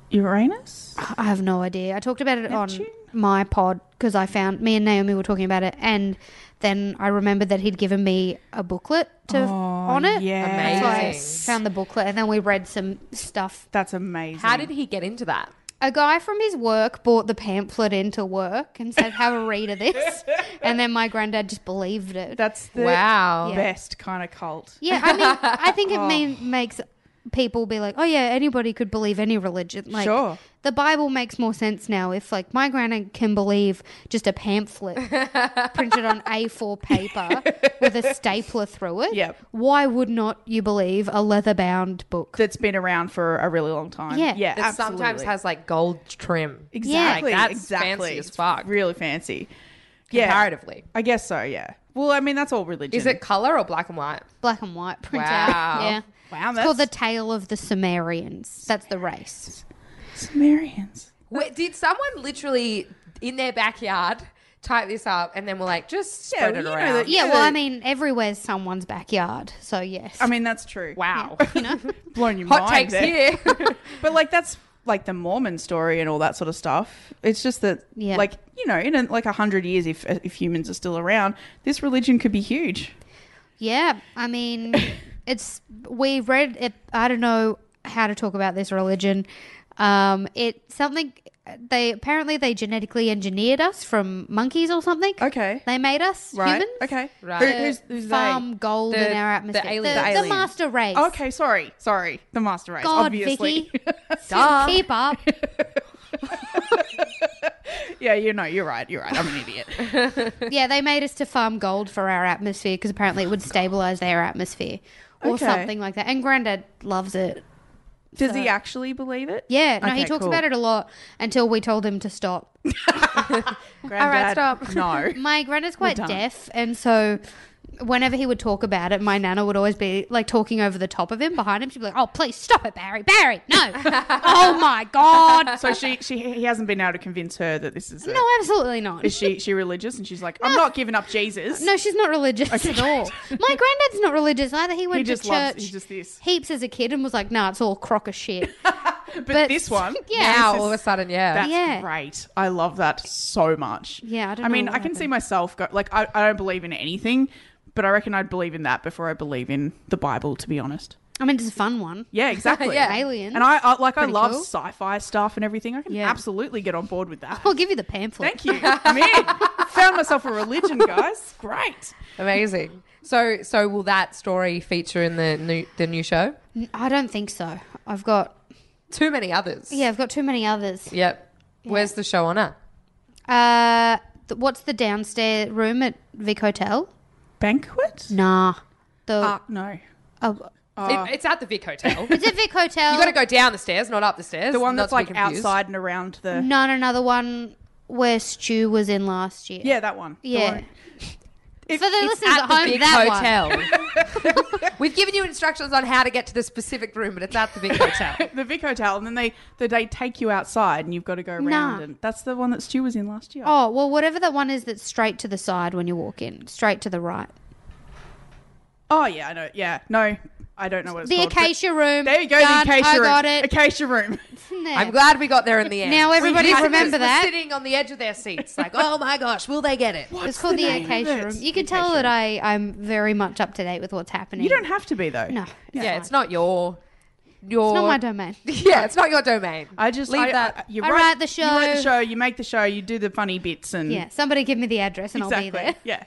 S3: Uranus.
S5: I have no idea. I talked about it
S3: Neptune?
S5: on my pod because I found me and Naomi were talking about it, and then I remembered that he'd given me a booklet to
S3: Oh,
S5: on it.
S3: yeah.
S5: so I
S4: Amazing.
S5: found the booklet, and then we read some stuff.
S3: That's amazing.
S4: How did he get into that?
S5: A guy from his work bought the pamphlet into work and said, "Have a read of this," and then my granddad just believed it.
S3: That's the
S4: Wow.
S3: best kind of cult.
S5: Yeah, I mean, I think it
S3: Oh.
S5: mean, makes people be like, oh yeah, anybody could believe any religion. Like,
S3: Sure.
S5: the Bible makes more sense now. If like my granny can believe just a pamphlet printed on A4 paper with a stapler through it,
S3: Yep.
S5: why would not you believe a leather-bound book?
S3: That's been around for a really long time.
S5: Yeah.
S3: yeah,
S4: That sometimes
S3: absolutely.
S4: has like gold trim.
S3: exactly.
S4: Like, that's
S3: exactly.
S4: fancy as
S3: It's
S4: fuck.
S3: Really fancy. Yeah,
S4: Comparatively.
S3: I guess so. Yeah. Well, I mean, that's all religion.
S4: Is it color or black and white?
S5: Black and white printout.
S4: Wow.
S5: Yeah.
S3: Wow,
S5: It's called the
S3: that's-
S5: Tale of the Sumerians. That's the race.
S3: Sumerians?
S4: Wait, did someone literally in their backyard type this up and then we're like, just
S3: Yeah, well,
S4: spread it
S3: you know
S4: around?
S3: that-
S5: Yeah,
S3: Yeah.
S5: well, I mean, everywhere's someone's backyard, so yes.
S3: I mean, that's true.
S4: wow.
S5: you know,
S3: Blown your
S4: Hot
S3: mind
S4: takes
S3: there.
S4: here.
S3: But like that's like the Mormon story and all that sort of stuff. It's just that,
S5: Yeah.
S3: like you know, in a, like a hundred years, if if humans are still around, this religion could be huge.
S5: Yeah, I mean, it's we read it. I don't know how to talk about this religion. Um, it something they apparently they genetically engineered us from monkeys or something.
S3: Okay.
S5: they made us
S3: Right?
S5: humans.
S3: Okay.
S4: Right.
S3: Who, who's who's
S5: farm
S3: they?
S5: gold
S4: The-
S5: in our
S4: the
S5: atmosphere. The,
S4: aliens.
S5: the
S4: The
S3: aliens.
S5: master race.
S3: Okay, sorry, sorry. The master race,
S5: God,
S3: obviously.
S5: Vicky, Just keep up.
S3: yeah, you know, you're right. You're right. I'm an idiot.
S5: Yeah, they made us to farm gold for our atmosphere because apparently it would stabilize their atmosphere or
S3: Oh, Okay.
S5: something like that. And Granddad loves it.
S3: Does he actually believe it?
S5: Yeah, no, he
S3: Okay,
S5: talks
S3: cool.
S5: about it a lot until we told him to stop.
S3: Granddad,
S5: stop.
S3: No.
S5: My granddad's quite deaf, and so whenever he would talk about it, my nana would always be like talking over the top of him behind him. She'd be like, "Oh, please stop it, Barry! Barry, no! oh my god!
S3: So she, she he hasn't been able to convince her that this is a,
S5: No, absolutely not.
S3: is she she religious and she's like I'm not giving up Jesus.
S5: No, she's not religious at all. My granddad's not religious either. He went
S3: He just
S5: to
S3: loves-
S5: church
S3: he's just this.
S5: heaps as a kid and was like, "Nah, it's all crock of shit."
S3: but,
S5: but-
S3: this one
S5: Yeah.
S4: now
S3: this
S4: all of a
S3: is-
S4: sudden, yeah.
S3: That's
S5: Yeah.
S3: great. I love that so much.
S5: Yeah, I don't
S3: I mean,
S5: know
S3: I
S5: what
S3: can see myself go like I, I don't believe in anything, but I reckon I'd believe in that before I believe in the Bible, to be honest.
S5: I mean, it's a fun one.
S3: Yeah, exactly.
S4: Yeah.
S5: Aliens.
S3: And I, I like
S5: Pretty
S3: I love
S5: cool.
S3: sci-fi stuff and everything. I can
S5: Yeah.
S3: absolutely get on board with that.
S5: I'll give you the pamphlet.
S3: Thank you. Man, found myself a religion, guys. Great.
S4: Amazing. So, so will that story feature in the new the new show?
S5: N- I don't think so. I've got
S4: Too many others.
S5: yeah, I've got too many others.
S4: Yep. Where's the show on at?
S5: Uh, th- what's the downstairs room at Vic Hotel?
S3: Banquet?
S5: Nah. The
S3: Ah, no.
S5: oh,
S4: It, it's at the Vic Hotel. you
S5: is it Vic Hotel?
S4: got to go down the stairs, not up the stairs.
S3: The one that's
S4: not to be
S3: like
S4: confused.
S3: outside and around the
S5: Not another one where Stu was in last year.
S3: Yeah, that one. The
S5: yeah.
S3: one- If-
S5: For the
S3: it's
S5: listeners at,
S4: the
S5: home,
S4: Vic
S5: that one.
S4: Hotel. We've given you instructions on how to get to the specific room, but it's at the Vic Hotel.
S3: the Vic Hotel, and then they the, they take you outside, and you've got to go around.
S5: Nah.
S3: And that's the one that Stu was in last year.
S5: Oh well, whatever that one is that's straight to the side when you walk in, straight to the right.
S3: Oh, yeah, I know. Yeah, no, I don't know what it's
S5: The
S3: called. but-
S5: Acacia Room.
S3: There you go,
S5: Done.
S3: the Acacia
S5: I
S3: Room.
S5: got it.
S3: Acacia Room.
S5: There.
S4: I'm glad we got there in the end.
S5: Now everybody
S4: We had
S5: remember
S4: sisters
S5: that.
S4: Sitting on the edge of their seats, like, oh my gosh, will they get it?
S5: It's called the,
S3: name of
S5: Acacia
S3: it?
S5: Room. You can tell that I I'm very much up to date with what's happening.
S3: You don't have to be, though.
S5: No.
S4: Yeah, it's not your your
S5: It's not my domain.
S4: Yeah, it's not your domain.
S3: I just
S4: leave
S3: I-
S4: that.
S3: I- you
S5: I write the
S3: You write the
S5: show.
S3: show. You make the show. You do the funny bits and
S5: Yeah, somebody give me the address and
S3: exactly.
S5: I'll be there.
S3: Yeah.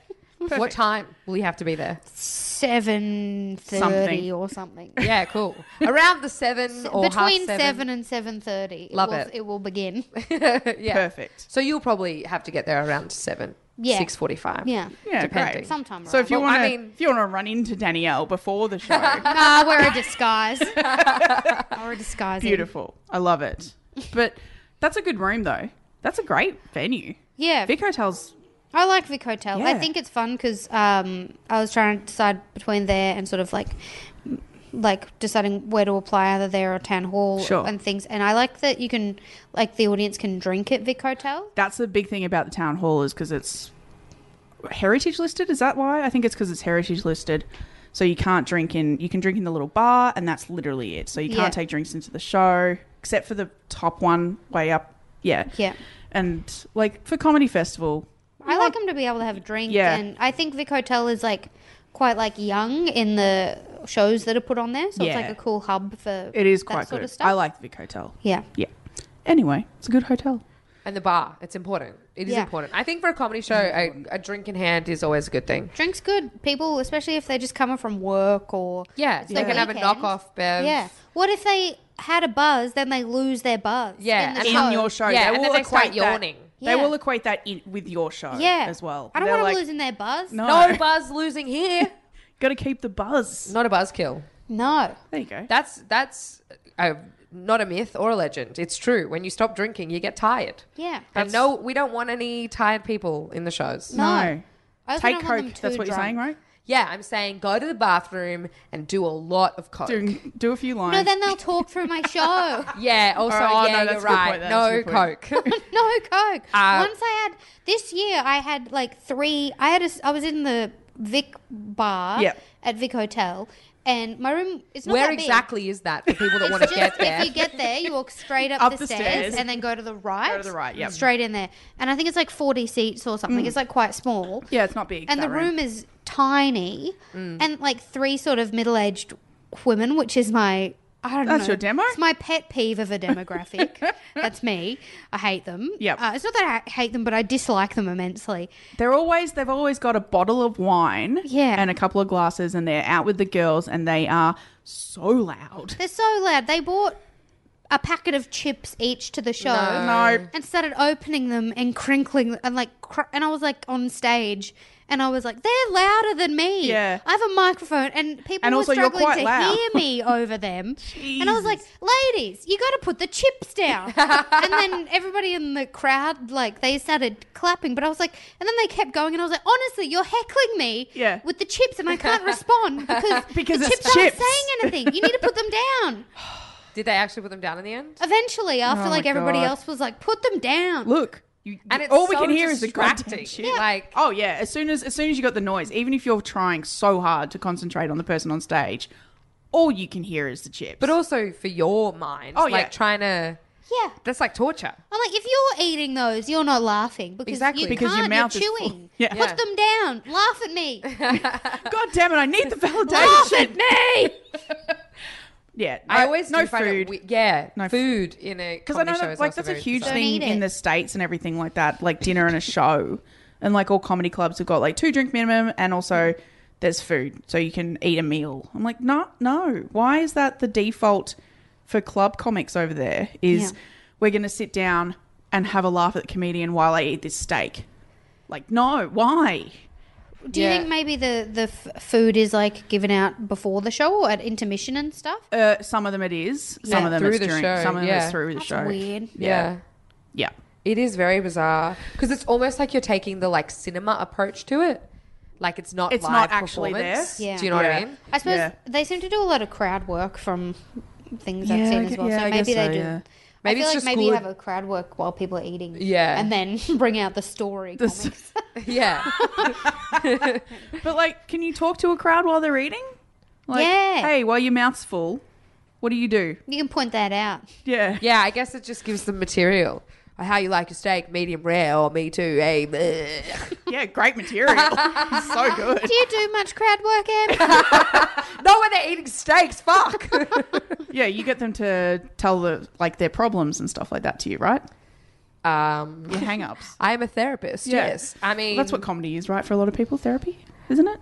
S4: what time will you have to be there?
S5: Seven thirty
S3: Something.
S5: or something.
S4: Yeah, cool. Around the seven or
S5: Between
S4: half seven.
S5: seven and seven thirty.
S4: Love
S5: will,
S4: it.
S5: It will begin.
S4: yeah.
S3: Perfect.
S4: So you'll probably have to get there around seven.
S5: Yeah.
S4: Six forty-five.
S5: Yeah.
S3: Yeah,
S4: Depending.
S3: great.
S5: Sometime
S3: So if you
S4: Well,
S3: want
S4: I
S3: to,
S4: mean-
S3: if you want to run into Danielle before the show,
S5: Ah, I wear a disguise. I wear Ah, a disguise. in.
S3: beautiful. I love it. But that's a good room though. That's a great venue.
S5: Yeah.
S3: Vic Hotel's
S5: I like Vic Hotel. I
S3: Yeah.
S5: think it's fun because um, I was trying to decide between there and sort of like m- like deciding where to apply either there or town hall
S3: Sure.
S5: and things and i like that you can like the audience can drink at vic hotel
S3: that's the big thing about the town hall is because it's heritage listed. Is that why? I think it's because it's heritage listed. So you can't drink in. You can drink in the little bar, and that's literally it. So you can't
S5: Yeah.
S3: take drinks into the show except for the top one way up. Yeah.
S5: Yeah.
S3: And like for comedy festival,
S5: I like them to be able to have a drink.
S3: Yeah.
S5: And I think Vic Hotel is like quite like young in the shows that are put on there. So
S3: Yeah.
S5: it's like a cool hub for
S3: it is
S5: that
S3: quite
S5: sort
S3: good.
S5: of stuff.
S3: I like the Vic Hotel.
S5: Yeah.
S3: Yeah. Anyway, it's a good hotel.
S4: And the bar. It's important. It is
S5: Yeah.
S4: important. I think for a comedy show, a, a drink in hand is always a good thing.
S5: Drinks good. People, especially if they're just coming from work or
S4: Yeah,
S5: it's
S4: they
S5: the
S4: can have a
S5: weekend.
S4: knockoff bev.
S5: Yeah. What if they had a buzz, then they lose their buzz?
S4: Yeah,
S5: In, the
S4: and
S5: show?
S3: in your show.
S4: Yeah,
S3: they
S4: and
S3: will
S4: then they start
S3: equate that-
S4: yawning.
S5: Yeah.
S3: They will equate that in, with your show
S5: Yeah.
S3: as well.
S5: I don't
S3: They're
S5: want them
S3: like,
S5: losing their buzz.
S3: No.
S4: No buzz losing here.
S3: Got to keep the buzz.
S4: Not a buzzkill.
S5: No.
S3: There you go.
S4: That's that's a, not a myth or a legend. It's true. When you stop drinking, you get tired.
S5: Yeah.
S4: And no, we don't want any tired people in the shows.
S5: No. I also
S3: Take
S5: don't want them
S3: Coke. That's
S5: too
S3: what you're saying,
S5: drunk.
S3: right?
S4: Yeah, I'm saying go to the bathroom and do a lot of coke.
S3: Do, do a few lines.
S5: No, then they'll talk through my show.
S4: Yeah. Also,
S3: Alright, oh, no,
S4: yeah,
S3: that's a
S4: you're
S3: good
S4: right.
S3: point. That's a good
S4: no
S3: point.
S4: coke.
S5: no coke.
S4: Uh,
S5: Once I had this year, I had like three. I had a s I was in the Vic bar
S3: Yep.
S5: at Vic Hotel, and my room is not
S4: Where
S5: that big.
S4: exactly is that for people that
S5: It's
S4: want to
S5: just
S4: get there?
S5: if you get there, you walk straight up, the, stairs, and then go to the right.
S3: Go to the right, yep.
S5: Straight in there, and I think it's like forty seats or something. It's like quite small.
S3: Yeah, it's not big,
S5: And the
S3: that
S5: room
S3: room. Mm.
S5: is tiny, and like three sort of middle-aged women, which is my. I don't
S3: That's
S5: know.
S3: your demo?
S5: It's my pet peeve of a demographic. That's me. I hate them.
S3: Yep.
S5: Uh, it's not that I hate them, but I dislike them immensely.
S3: They're always they've always got a bottle of wine,
S5: Yeah.
S3: and a couple of glasses, and they're out with the girls, and they are so loud.
S5: They're so loud. They bought a packet of chips each to the show.
S3: No. No.
S5: And started opening them and crinkling them and like cr- and I was like on stage and I was like they're louder than me.
S3: Yeah.
S5: I have a microphone and people
S3: And
S5: were
S3: also you're
S5: struggling
S3: quite
S5: to
S3: loud.
S5: hear me over them. and I was like ladies, you got to put the chips down. and then everybody in the crowd like they started clapping but I was like and then they kept going and I was like honestly you're heckling me
S3: Yeah.
S5: with the chips and I can't respond because,
S3: Because
S5: the
S3: it's
S5: chips aren't
S3: chips.
S5: saying anything. You need to put them down.
S4: Did they actually put them down in the end?
S5: Eventually, after
S3: Oh
S5: like
S3: my
S5: everybody
S3: God.
S5: else was like, put them down.
S3: Look, you,
S4: And it's
S3: all we
S4: so
S3: can hear is the
S4: distracting.
S3: goddamn shit.
S4: Yeah. Like-
S3: oh yeah, as soon as as soon as you got the noise, even if you're trying so hard to concentrate on the person on stage, all you can hear is the chips.
S4: But also for your mind.
S3: Oh, yeah.
S4: like trying to.
S5: Yeah.
S4: That's like torture.
S5: I'm like, if you're eating those, you're not laughing because
S4: Exactly.
S5: you
S4: Because
S5: can't.
S3: your mouth
S5: you're
S3: is full.
S5: chewing.
S3: Yeah.
S5: Put
S3: Yeah.
S5: them down. Laugh at me.
S3: God damn it, I need the
S5: Laugh at
S3: validation.
S5: me.
S3: yeah,
S4: I
S3: no-
S4: always
S3: no
S4: do find it
S3: food.
S4: we- yeah,
S3: No f-
S4: food in a
S3: because I know
S4: comedy show
S3: that,
S4: is
S3: like
S4: also
S3: that's a
S4: very
S3: huge
S4: bizarre.
S5: Don't
S3: thing
S5: eat it.
S3: in the states and everything like that, like dinner and a show, and like all comedy clubs have got like two drink minimum and also there's food, so you can eat a meal. I'm like, no, no. Why is that the default for club comics over there? Is
S5: Yeah.
S3: we're going to sit down and have a laugh at the comedian while I eat this steak? Like, no. Why?
S5: Do you
S4: Yeah.
S5: think maybe the the f- food is like given out before the show or at intermission and stuff?
S3: Uh, some of them it is. Some
S4: Yeah,
S3: of them
S4: through
S3: it's
S4: the
S3: during.
S4: show,
S3: Some of them
S4: yeah.
S3: it's through the
S5: That's
S3: show.
S5: weird.
S4: Yeah.
S3: Yeah.
S4: It is very bizarre because it's almost like you're taking the like cinema approach to it. Like it's not
S3: It's
S4: live
S3: not actually there.
S4: performance.
S5: Yeah.
S4: Do you know what I
S3: Yeah.
S4: mean?
S5: I suppose
S3: Yeah.
S5: they seem to do a lot of crowd work from things
S3: Yeah,
S5: I've
S3: I
S5: seen as
S3: gu-
S5: well.
S3: yeah,
S5: so
S3: I
S5: maybe
S3: guess
S5: they
S3: so,
S5: do.
S3: yeah.
S4: Maybe it's
S5: I feel like
S4: just
S5: maybe
S4: good-
S5: have a crowd work while people are eating.
S4: Yeah.
S5: And then bring out the story
S3: This-
S5: comics.
S4: Yeah.
S3: But like, can you talk to a crowd while they're eating? Like,
S5: Yeah.
S3: Hey, while your mouth's full, what do you do?
S5: You can point that out.
S3: Yeah.
S4: yeah, I guess it just gives them material. how you like your steak, medium rare or me too, hey. bleh."
S3: Yeah, great material. so good.
S5: Do you do much crowd work, Em?
S4: Not when they're eating steaks, fuck.
S3: Yeah, you get them to tell the like their problems and stuff like that to you, right?
S4: um,
S3: Your hang-ups.
S4: I am a therapist,
S3: Yeah.
S4: yes. I mean,
S3: That's what comedy is, right? For a lot of people, therapy, isn't it?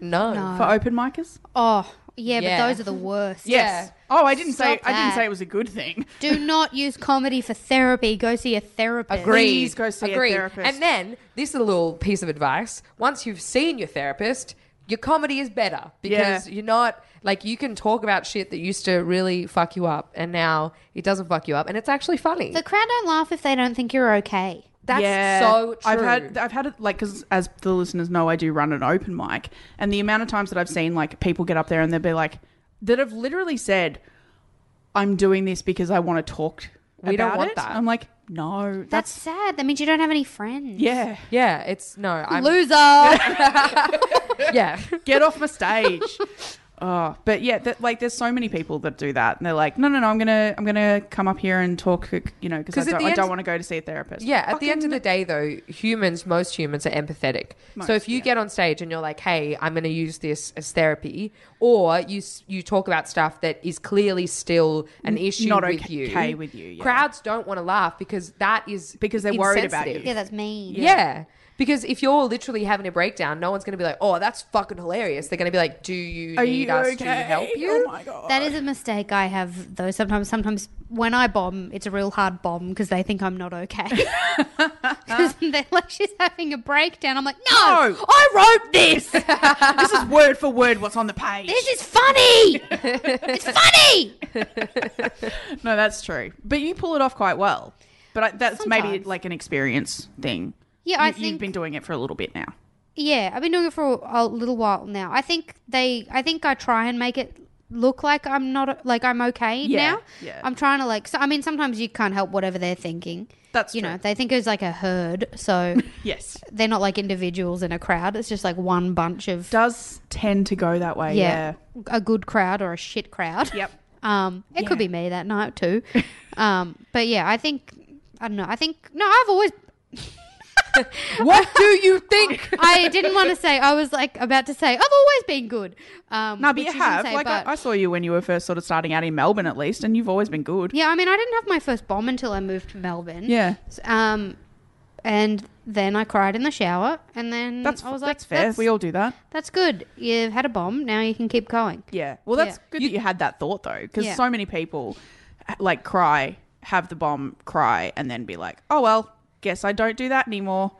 S4: no.
S3: For open micers.
S5: oh, yeah,
S4: Yeah.
S5: but those are the worst.
S4: Yeah.
S3: Oh, I didn't say.
S5: Stop
S3: I didn't
S5: that.
S3: say it was a good thing.
S5: Do not use comedy for therapy. Go see a therapist.
S4: Agreed.
S3: Please go see a
S4: Agreed.
S3: therapist.
S4: And then this is a little piece of advice. Once you've seen your therapist, your comedy is better because
S3: Yeah.
S4: you're not like you can talk about shit that used to really fuck you up and now it doesn't fuck you up and it's actually funny.
S5: The crowd don't laugh if they don't think you're okay.
S4: That's so true.
S3: I've had I've had it like because as the listeners know, I do run an open mic, and the amount of times that I've seen like people get up there and they'll be like that have literally said, "I'm doing this because I want to talk."
S4: We don't
S3: about
S4: want
S3: it."
S4: that.
S3: I'm like, no,
S5: That's
S3: that's,
S5: sad. That means you don't have any friends.
S3: yeah.
S4: yeah, it's no. I'm,
S5: Loser.
S4: yeah.
S3: Get off my stage. oh, but yeah, that, like there's so many people that do that, and they're like, no, no, no, I'm gonna I'm gonna come up here and talk, you know, because
S4: 'Cause at
S3: I don't,
S4: the
S3: I
S4: end-
S3: don't want to go to see a therapist.
S4: Yeah, at the end of the day, though, humans, most humans are empathetic. so if you get on stage and you're like, "Hey, I'm going to use this as therapy," or you s- you talk about stuff that is clearly still an issue
S3: not
S4: with you,
S3: okay with you, yeah.
S4: crowds don't want to laugh because that is
S3: Because they're worried about
S4: insensitive.
S5: yeah, that's mean.
S4: Yeah. Because if you're literally having a breakdown, no one's going to be like, "Oh, that's fucking hilarious." They're going to be like, "Do you
S3: Are
S4: need
S3: you
S4: us
S3: okay?
S4: to help you?"
S3: Oh my god.
S5: That is a mistake I have though. Sometimes, sometimes when I bomb, it's a real hard bomb because they think I'm not okay. 'Cause they're like, she's having a breakdown. I'm like, no, Oh,
S3: No.
S5: I wrote this.
S3: this is word for word what's on the page.
S5: this is funny. it's funny.
S3: No, that's true. But you pull it off quite well. But I, that's maybe
S5: Sometimes.
S3: like an experience thing.
S5: Yeah, I
S3: you,
S5: think-
S3: you've been doing it for a little bit now.
S5: Yeah, I've been doing it for a, a little while now. I think they, I think I try and make it look like I'm not like I'm okay
S3: Yeah,
S5: now.
S3: yeah.
S5: I'm trying to like. So, I mean, sometimes you can't help whatever they're thinking.
S3: That's
S5: you
S3: true.
S5: know they think it's like a herd, so
S3: Yes,
S5: they're not like individuals in a crowd. It's just like one bunch of
S3: does tend to go that way.
S5: yeah,
S3: Yeah.
S5: a good crowd or a shit crowd.
S3: Yep.
S5: Um, it could
S3: Yeah.
S5: be me that night too. um, but yeah, I think I don't know. I think no, I've always
S4: What do you think?
S5: I didn't want to say. I was like about to say I've always been good. Um,
S3: No, but
S5: which
S3: you
S5: is
S3: have.
S5: insane,
S3: like
S5: but-
S3: I, I saw you when you were first sort of starting out in Melbourne, at least, and you've always been good.
S5: Yeah, I mean, I didn't have my first bomb until I moved to Melbourne.
S3: Yeah.
S5: S- Um, and then I cried in the shower, and then
S3: That's
S5: Mm, I was like,
S3: that's fair.
S5: That's,
S3: we all do that.
S5: that's good. You've had a bomb. Now you can keep going.
S3: Yeah. Well, that's
S5: Yeah.
S3: good that you had that thought though, because
S5: Yeah.
S3: so many people uh, like cry, have the bomb, cry, and then be like, "Oh well, guess I don't do that anymore."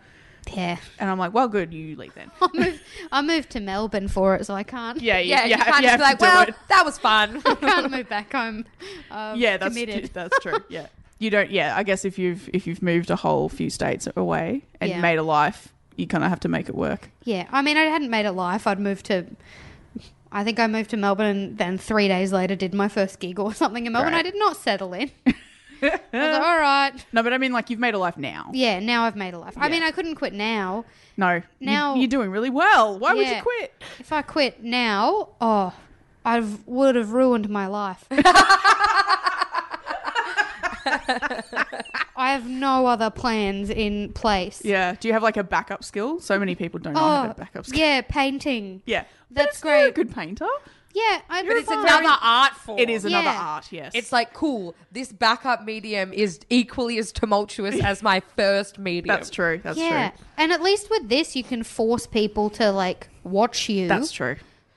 S5: Yeah.
S3: And I'm like, "Well, good, you leave then."
S5: I moved, I moved to Melbourne for it, so I can't.
S3: Yeah,
S4: Yeah, you,
S3: have-
S4: can't just
S3: have to
S4: be like,
S3: do
S4: "Well,
S3: it.
S4: that was fun."
S5: can't move back home. Um,
S3: yeah, that's
S5: committed.
S3: that's true. Yeah, you don't. Yeah, I guess if you've if you've moved a whole few states away and
S5: Yeah.
S3: made a life, you kind of have to make it work.
S5: Yeah, I mean, I hadn't made a life. I'd moved to. I think I moved to Melbourne and then three days later did my first gig or something in Melbourne.
S3: Right.
S5: I did not settle in. I was like, all right.
S3: No, but I mean, like you've made a life now.
S5: Yeah, now I've made a life. I mean, I couldn't quit now.
S3: No,
S5: Now-
S3: now you, are doing really well. Why would you
S5: Yeah.
S3: quit?
S5: If I quit now, oh, I would have ruined my life. I have no other plans in place.
S3: Yeah. Do you have like a backup skill? So many people don't have
S5: Oh,
S3: a backup skill.
S5: yeah, painting.
S3: Yeah. But
S5: That's
S3: it's not a
S5: great.
S3: good painter.
S5: Yeah, I, but
S4: it's another art form.
S3: It is another
S5: Yeah.
S3: art. Yes.
S4: It's like cool. This backup medium is equally as tumultuous as my first medium.
S3: that's true. That's
S5: Yeah,
S3: true.
S5: and at least with this, you can force people to like watch you.
S3: That's true.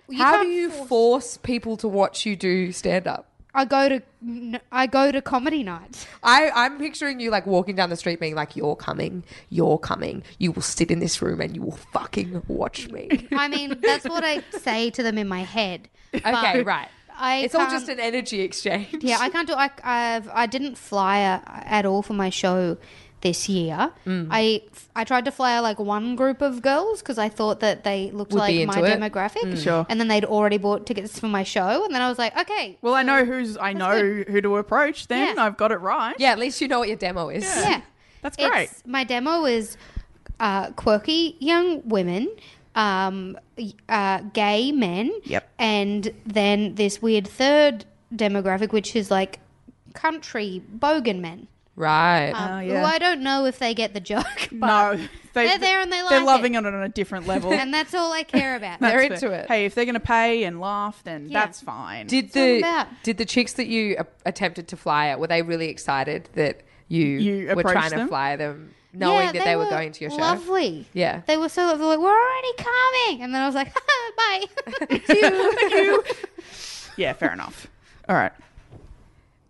S5: You
S4: How do
S5: can't
S4: you
S5: force-
S4: force people to watch you do stand up?
S5: I go to n- I go to comedy nights.
S4: I, I'm picturing you like walking down the street being like, You're coming, you're coming, you will sit in this room and you will fucking watch me.
S5: I mean, that's what I say to them in my head.
S4: okay,
S5: But
S4: right.
S5: I
S4: it's all just
S5: can't-
S4: an energy exchange.
S5: Yeah, I can't do. I I've, I didn't flyer at all for my show this year. I I tried to flyer like one group of girls because I thought that they looked
S4: Would be
S5: like my
S4: into it.
S5: demographic.
S3: Sure.
S5: And then they'd already bought tickets for my show, and then I was like, okay,
S3: Well, I know who's I know who to approach. Then
S5: Yeah.
S3: I've got it right.
S4: Yeah, at least you know what your demo is.
S5: yeah,
S3: That's
S5: It's-
S3: great.
S5: my demo is uh, quirky young women. Um, y- uh, gay men,
S3: Yep.
S5: and then this weird third demographic, which is like country bogan men.
S4: Right.
S5: Um,
S3: yeah.
S5: Who I don't know if they get the joke.
S3: No,
S5: But
S3: they,
S5: They're there and they
S3: They're
S5: like
S3: loving
S5: it.
S3: it. on a different level.
S5: And that's all I care about.
S4: They're
S3: That's
S4: into
S3: fair.
S4: it.
S3: Hey, if they're going to pay and laugh, then
S5: Yeah.
S3: that's fine.
S4: did
S5: Something
S4: the
S5: about-
S4: did the chicks that you a- attempted to fly at were they really excited that you,
S3: You
S4: were
S3: approached
S4: trying
S3: them?
S4: to fly them, knowing
S5: Yeah,
S4: that they, were, going to your show?
S5: Lovely.
S4: Yeah.
S5: They were so lovely. Like, we're already coming. And then I was like, bye. See you.
S3: yeah, fair enough. All right.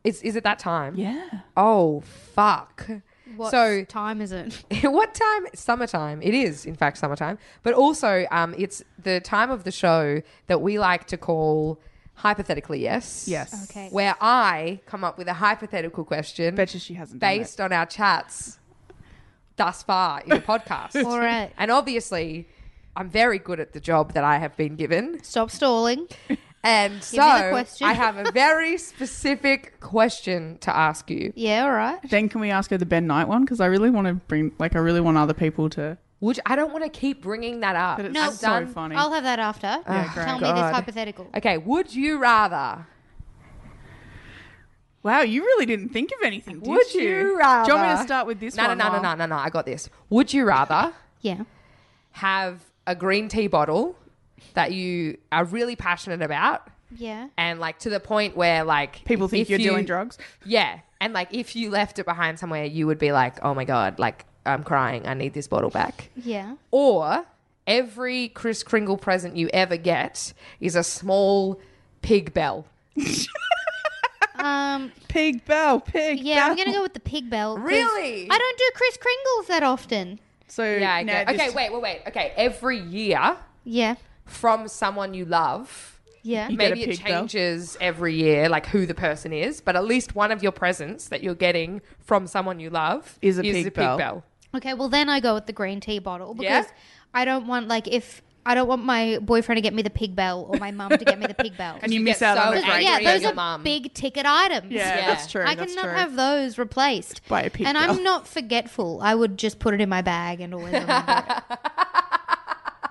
S4: Is is it that time?
S3: Yeah.
S4: Oh fuck.
S5: What
S4: So-
S5: time is it?
S4: what time? Summertime. It is, in fact, summertime. But also, um, it's the time of the show that we like to call hypothetically yes.
S3: Yes.
S5: Okay.
S4: Where I come up with a hypothetical question
S3: Betcha she hasn't done
S4: based on our chats thus far in the podcast.
S5: All right.
S4: And obviously, I'm very good at the job that I have been given.
S5: Stop stalling.
S4: And
S5: me
S4: so
S5: the question.
S4: I have a very specific question to ask you.
S5: Yeah, all right.
S3: Then can we ask her the Ben Knight one? Because I really want to bring, like, I really want other people to.
S4: Which I don't want to keep bringing that up.
S3: But it's
S5: No.
S4: I've
S3: so
S4: done-
S3: funny.
S5: I'll have that after.
S3: Ah,
S5: Tell me
S4: God.
S5: this hypothetical.
S4: Okay, would you rather?
S3: Wow, you really didn't think of anything, did
S4: Would you, rather?
S3: Do you want me to start with this
S4: no,
S3: one?
S4: No, no, no,
S3: while-
S4: no, no, no. I got this. Would you rather
S5: Yeah.
S4: have a green tea bottle that you are really passionate about
S5: Yeah.
S4: and like to the point where like
S3: People think
S4: if
S3: you're
S4: you-
S3: doing drugs.
S4: Yeah. And like if you left it behind somewhere, you would be like, oh my God, like I'm crying. I need this bottle back.
S5: Yeah.
S3: Oh,
S4: Or every Kris Kringle present you ever get is a small pig bell.
S5: Um,
S3: Pig Bell, Pig.
S5: yeah,
S3: Bell.
S5: I'm going to go with the pig bell. 'cause
S4: Really?
S5: I don't do Kris Kringles that often.
S3: So
S4: Yeah, I
S3: no,
S4: get-
S3: this-
S4: okay, wait, wait, wait. Okay, every year
S5: Yeah.
S4: from someone you love.
S5: Yeah.
S3: get
S4: Maybe
S3: a
S4: it
S3: pig bell.
S4: changes every year, like who the person is, but at least one of your presents that you're getting from someone you love
S3: Is a pig bell.
S5: Okay, well then I go with the green tea bottle
S4: Yeah?
S5: because I don't want like if I don't want my boyfriend to get me the pig bell or my mum to get me the pig bell.
S3: And you
S4: You
S3: miss out
S4: get
S3: on
S4: so
S3: the
S4: angry
S3: great.
S5: yeah,
S4: at
S5: those
S4: your
S5: are
S4: mum.
S5: big ticket items.
S3: Yeah,
S4: Yeah.
S3: that's true.
S5: I
S3: that's
S5: cannot
S3: true.
S5: have those replaced
S3: By a pig
S5: And
S3: bell.
S5: I'm not forgetful. I would just put it in my bag and always remember it.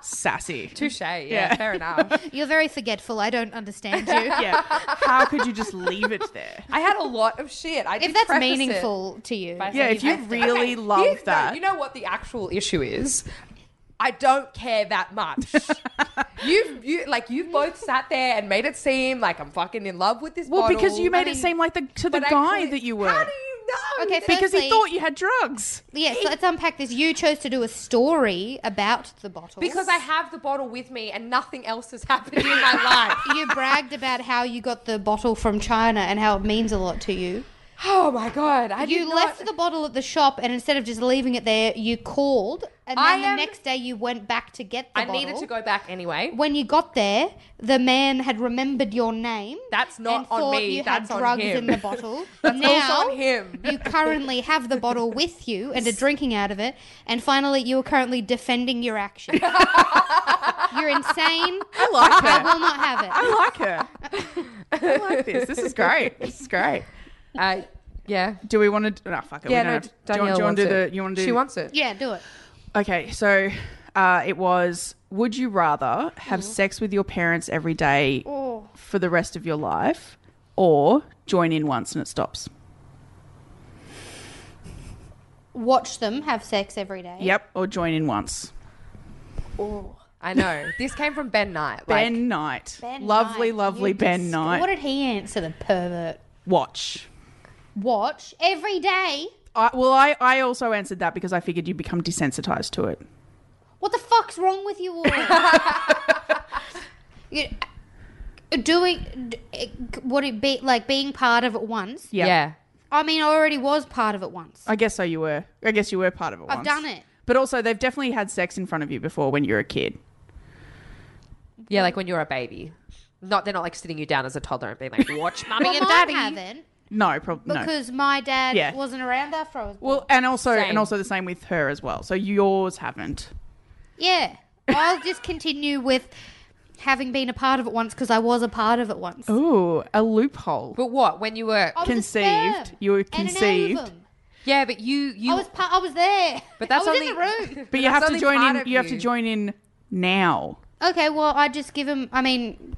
S3: sassy.
S4: Touche. Yeah,
S3: Yeah.
S4: fair enough.
S5: You're very forgetful. I don't understand you.
S3: yeah. How could you just leave it there?
S4: I had a lot of shit. I
S5: If
S4: did
S5: that's
S4: preface it
S5: meaningful to you.
S4: by
S3: Yeah,
S4: saying-
S3: if you
S4: I-
S3: really
S4: here's
S3: love
S4: the-
S3: that.
S4: you know what the actual issue is. I don't care that much. you've you like you've both sat there and made it seem like I'm fucking in love with this.
S3: Well,
S4: bottle.
S3: because you made
S5: mean,
S3: it seem like the to the
S4: But I
S3: guy
S4: clear-
S3: that you were.
S4: How do you know?
S5: Okay,
S4: that-
S5: fair-
S3: because he
S5: Firstly-
S3: thought you had drugs.
S5: yeah, so let's unpack this. You chose to do a story about the bottle.
S4: because I have the bottle with me and nothing else has happened in my life.
S5: you bragged about how you got the bottle from China and how it means a lot to you.
S4: Oh my god! I
S5: You
S4: did not-
S5: left the bottle at the shop, and instead of just leaving it there, you called, and then
S4: I
S5: the
S4: am-
S5: next day you went back to get the
S4: I
S5: bottle.
S4: needed to go back anyway.
S5: When you got there, the man had remembered your name.
S4: That's not
S5: and
S4: on
S5: thought
S4: me,
S5: You
S4: that's
S5: had
S4: on
S5: drugs
S4: him.
S5: in the bottle.
S4: also
S5: now
S4: on him.
S5: you currently have the bottle with you and are drinking out of it. And finally, you are currently defending your action. You're insane. I
S3: like
S5: I
S3: her.
S5: will not have it.
S3: I like her. I like this. This is great. This is great.
S4: Uh, yeah.
S3: Do we want to? No, fuck it.
S4: Yeah,
S3: we
S4: no,
S3: don't have,
S4: Danielle
S3: do you want, do
S4: wants
S3: you want to
S4: it.
S3: do the? You want to do?
S4: She wants it.
S5: Yeah, do it.
S3: Okay, so uh, it was. Would you rather have
S5: Mm-hmm.
S3: sex with your parents every day
S5: Oh.
S3: for the rest of your life, or join in once and it stops?
S5: Watch them have sex every day.
S3: Yep, or join in once.
S4: I know. This came from Ben Knight.
S3: Ben
S4: Like,
S3: Knight,
S5: Ben
S3: lovely,
S5: Knight,
S3: lovely
S5: you
S3: Ben
S5: disg-
S3: Knight.
S5: What did he answer? The pervert.
S3: Watch.
S5: Watch every day.
S3: I, well, I, I also answered that because I figured you'd become desensitized to it.
S5: What the fuck's wrong with you all? you, doing d- it- would it be like being part of it once?
S3: Yeah.
S4: yeah.
S5: I mean, I already was part of it once.
S3: I guess so. You were. I guess you were part of it.
S5: I've
S3: once.
S5: done it.
S3: But also, they've definitely had sex in front of you before when you were a kid.
S4: Yeah, like when you're a baby. Not they're not like sitting you down as a toddler and being like, watch mummy
S5: Well,
S4: and
S5: mine
S4: daddy.
S5: haven't
S3: No, probably no.
S5: because my dad
S3: Yeah.
S5: wasn't around after I was born.
S3: Well, uh, and also
S4: Same.
S3: and also the same with her as well. So yours haven't.
S5: yeah, I'll just continue with having been a part of it once because I was a part of it once.
S3: Oh, Ooh, a loophole.
S4: But what? When you were
S5: I was a
S3: Conceived.
S5: sperm
S3: You were
S5: and an
S3: conceived.
S5: ovum.
S4: Yeah, but you you
S5: I was part. I was there.
S4: But that's
S5: I was in
S4: only-
S5: the room.
S3: But you have
S4: that's
S3: to
S4: only
S3: join
S4: part
S3: in.
S4: of
S3: You have to
S4: you.
S3: join in now.
S5: Okay, well, I just give him. I mean,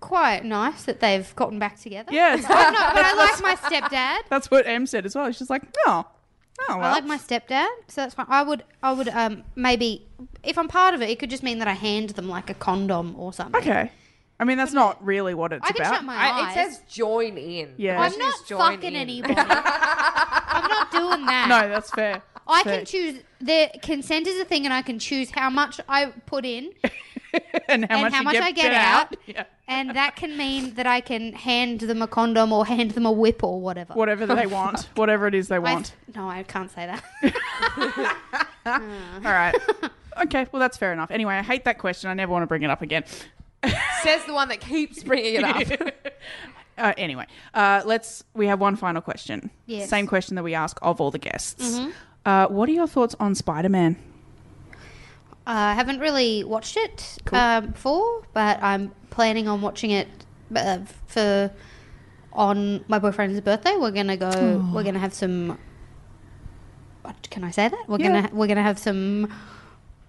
S5: quite nice that they've gotten back together.
S3: Yeah, it's-
S5: I don't know, but I like my stepdad.
S3: That's what Em said as well. She's like, oh, oh, well.
S5: I like my stepdad, so that's fine. I would, I would, um, maybe if I'm part of it, it could just mean that I hand them like a condom or something.
S3: okay. I mean, that's not really what it's
S5: I can
S3: about.
S5: shut my
S4: I,
S5: eyes.
S4: it says join in.
S3: Yeah.
S4: The
S5: I'm
S4: question
S5: not
S4: is join
S5: fucking
S4: in.
S5: anybody. I'm not doing that.
S3: no, that's fair.
S5: I
S3: Fair.
S5: can choose. The consent is a thing, and I can choose how much I put in
S3: and how
S5: and
S3: much,
S5: how
S3: you
S5: much
S3: get,
S5: I get out. And that can mean that I can hand them a condom or hand them a whip or whatever.
S3: Whatever they want, whatever it is they
S5: I-
S3: want.
S5: no, I can't say that.
S3: All right. Okay, well, that's fair enough. Anyway, I hate that question. I never want to bring it up again.
S4: Says the one that keeps bringing it up.
S3: Uh, anyway, uh, let's. We have one final question.
S5: Yes. Mm-hmm.
S3: Same question that we ask of all the guests. Uh, what are your thoughts on Spider Man?
S5: Uh, I haven't really watched it um, before, but I'm planning on watching it uh, for on my boyfriend's birthday. We're gonna go. We're gonna have some. what- Can I say that? We're
S3: Yeah.
S5: gonna we're gonna have some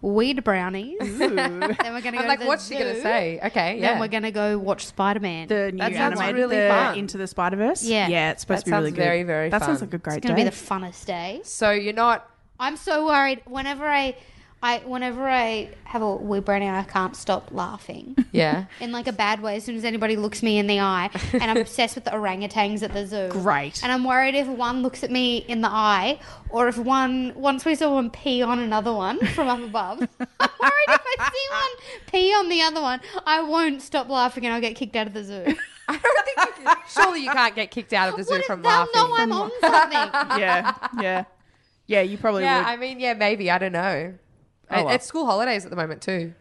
S5: weed brownies. then we're gonna go.
S4: I'm like,
S5: to the
S4: what's she gonna
S5: zoo,
S4: say? Okay,
S5: Then
S4: yeah.
S5: we're gonna go watch Spider Man.
S3: The new
S4: That sounds
S3: animated
S4: really
S3: the
S4: fun.
S3: Into the Spider Verse.
S5: Yeah.
S3: yeah, it's supposed to be
S4: That
S3: really
S4: sounds
S3: good.
S4: very, very
S3: That sounds
S4: fun.
S3: like a great
S5: it's gonna
S3: day.
S5: be the funnest day.
S4: so you're not.
S5: I'm so worried. Whenever I, I whenever I have a weed brownie, I can't stop laughing.
S4: Yeah.
S5: in like a bad way as soon as anybody looks me in the eye and i'm obsessed with the orangutans at the zoo
S3: Great.
S5: and i'm worried if one looks at me in the eye or if one once we saw one pee on another one from up above i'm worried if i see one pee on the other one i won't stop laughing and i'll get kicked out of the zoo
S4: I don't think. You can, surely you can't get kicked out of the zoo
S5: what if
S4: from
S5: they'll
S4: laughing.
S5: know i'm on something
S3: yeah, yeah, yeah. You probably
S4: yeah,
S3: would. Oh,
S4: I mean, yeah, maybe. I don't know.
S5: Oh,
S4: I-
S3: well.
S4: It's school holidays at the moment too,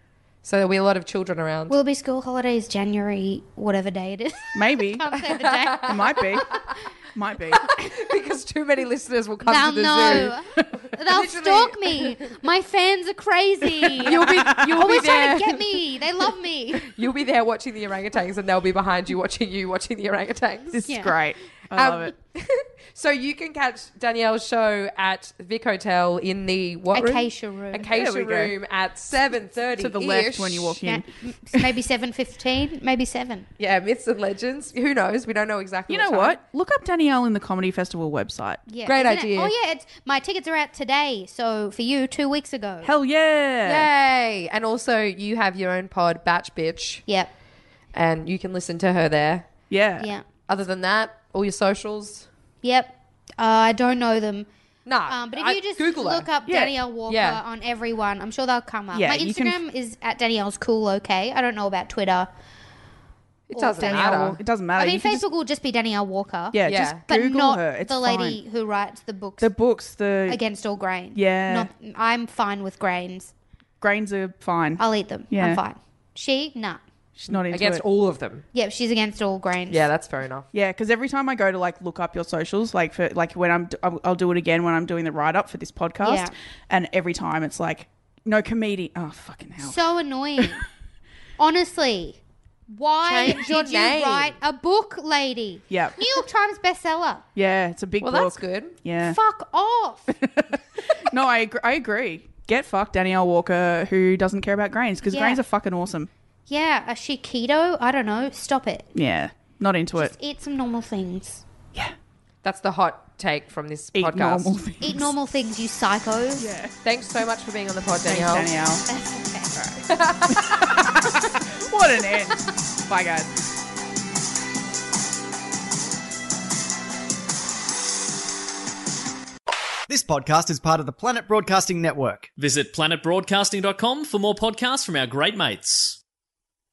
S4: so there'll be a lot of children around.
S5: will it be school holidays january whatever day it is
S3: Maybe
S5: can't say the day
S3: it might be. Might be.
S4: because too many listeners will come
S5: They'll
S4: to the zoo.
S5: know. They'll
S4: Literally.
S5: stalk me. My fans are crazy.
S4: You'll be, you'll be
S5: Always
S4: there.
S5: trying to get me. They love me.
S4: You'll be there watching the orangutans, and they'll be behind you watching you watching the orangutans.
S3: This
S5: Yeah.
S3: is great. I
S4: Um,
S3: love it.
S4: so you can catch Danielle's show at Vic Hotel in the what room?
S5: Acacia room.
S4: Acacia
S3: There we go.
S4: room at seven thirty.
S3: To the left when you walk in.
S5: Yeah, m- maybe seven fifteen, maybe seven.
S4: Yeah, myths and legends. Who knows? We don't know exactly.
S3: You know
S4: time.
S3: what? Look up Danielle in the Comedy Festival website.
S5: Yeah,
S4: Great
S5: isn't it?
S4: idea.
S5: Oh yeah, it's, my tickets are out today. So for you, two weeks ago.
S3: Hell yeah.
S4: Yay! And also, you have your own pod, Batch Bitch,
S5: Yep.
S4: and you can listen to her there. Uh,
S3: Yeah.
S5: Yeah.
S4: Other than that, all your socials.
S5: Yep. Uh, I don't know them.
S4: Nah,
S5: Um, but if
S4: I-
S5: you just
S4: Google
S5: look
S4: her.
S5: up
S3: Yeah.
S5: Danielle Walker
S4: Yeah.
S5: on everyone, I'm sure they'll come up.
S3: Yeah,
S5: my
S3: you can-
S5: Instagram is at Danielle's Cool Okay. I don't know about Twitter.
S4: it doesn't
S5: Danielle
S4: matter.
S3: It doesn't matter.
S5: I mean,
S3: Uh, You can
S5: Facebook
S3: just-
S5: will just be Danielle Walker.
S3: yeah,
S4: Yeah.
S3: just
S5: but
S3: Google
S5: not
S3: her. It's
S5: the lady
S3: fine.
S5: who writes the books
S3: The books, the
S5: against all grain.
S3: Yeah.
S5: Not, I'm fine with grains.
S3: grains are fine.
S5: I'll eat them.
S3: Yeah.
S5: I'm fine. She, nah.
S3: She's not into
S4: Against
S3: it.
S4: all of them.
S5: Yep, she's against all grains.
S4: Yeah, that's fair enough.
S3: yeah, because every time I go to like look up your socials, like for like when I'm, I'll, I'll do it again when I'm doing the write up for this podcast,
S5: Yeah.
S3: and every time it's like no comedian. Oh fucking hell!
S5: So annoying. Honestly, why
S4: Change your
S5: did you
S4: name.
S5: write a book, lady?
S3: Yep.
S5: New York Times bestseller.
S3: yeah, it's a big.
S4: Well,
S3: book.
S4: that's good.
S3: Yeah.
S5: Fuck off.
S3: no, I agree. I agree. Get fucked, Danielle Walker, who doesn't care about grains because
S5: Yeah.
S3: grains are fucking awesome.
S5: yeah, is she keto? I don't know. Stop it.
S3: Yeah, not into it.
S5: Eat some normal things.
S4: That's the hot take from this
S3: Eat
S4: podcast.
S3: normal things.
S5: Eat normal things, you psychos. Yeah.
S4: Thanks so much for being on the pod,
S3: Thanks,
S4: Danielle.
S3: Danielle.
S5: That's okay.
S3: What an end. Bye, guys.
S1: This podcast is part of the Planet Broadcasting Network.
S2: Visit planetbroadcasting.com for more podcasts from our great mates.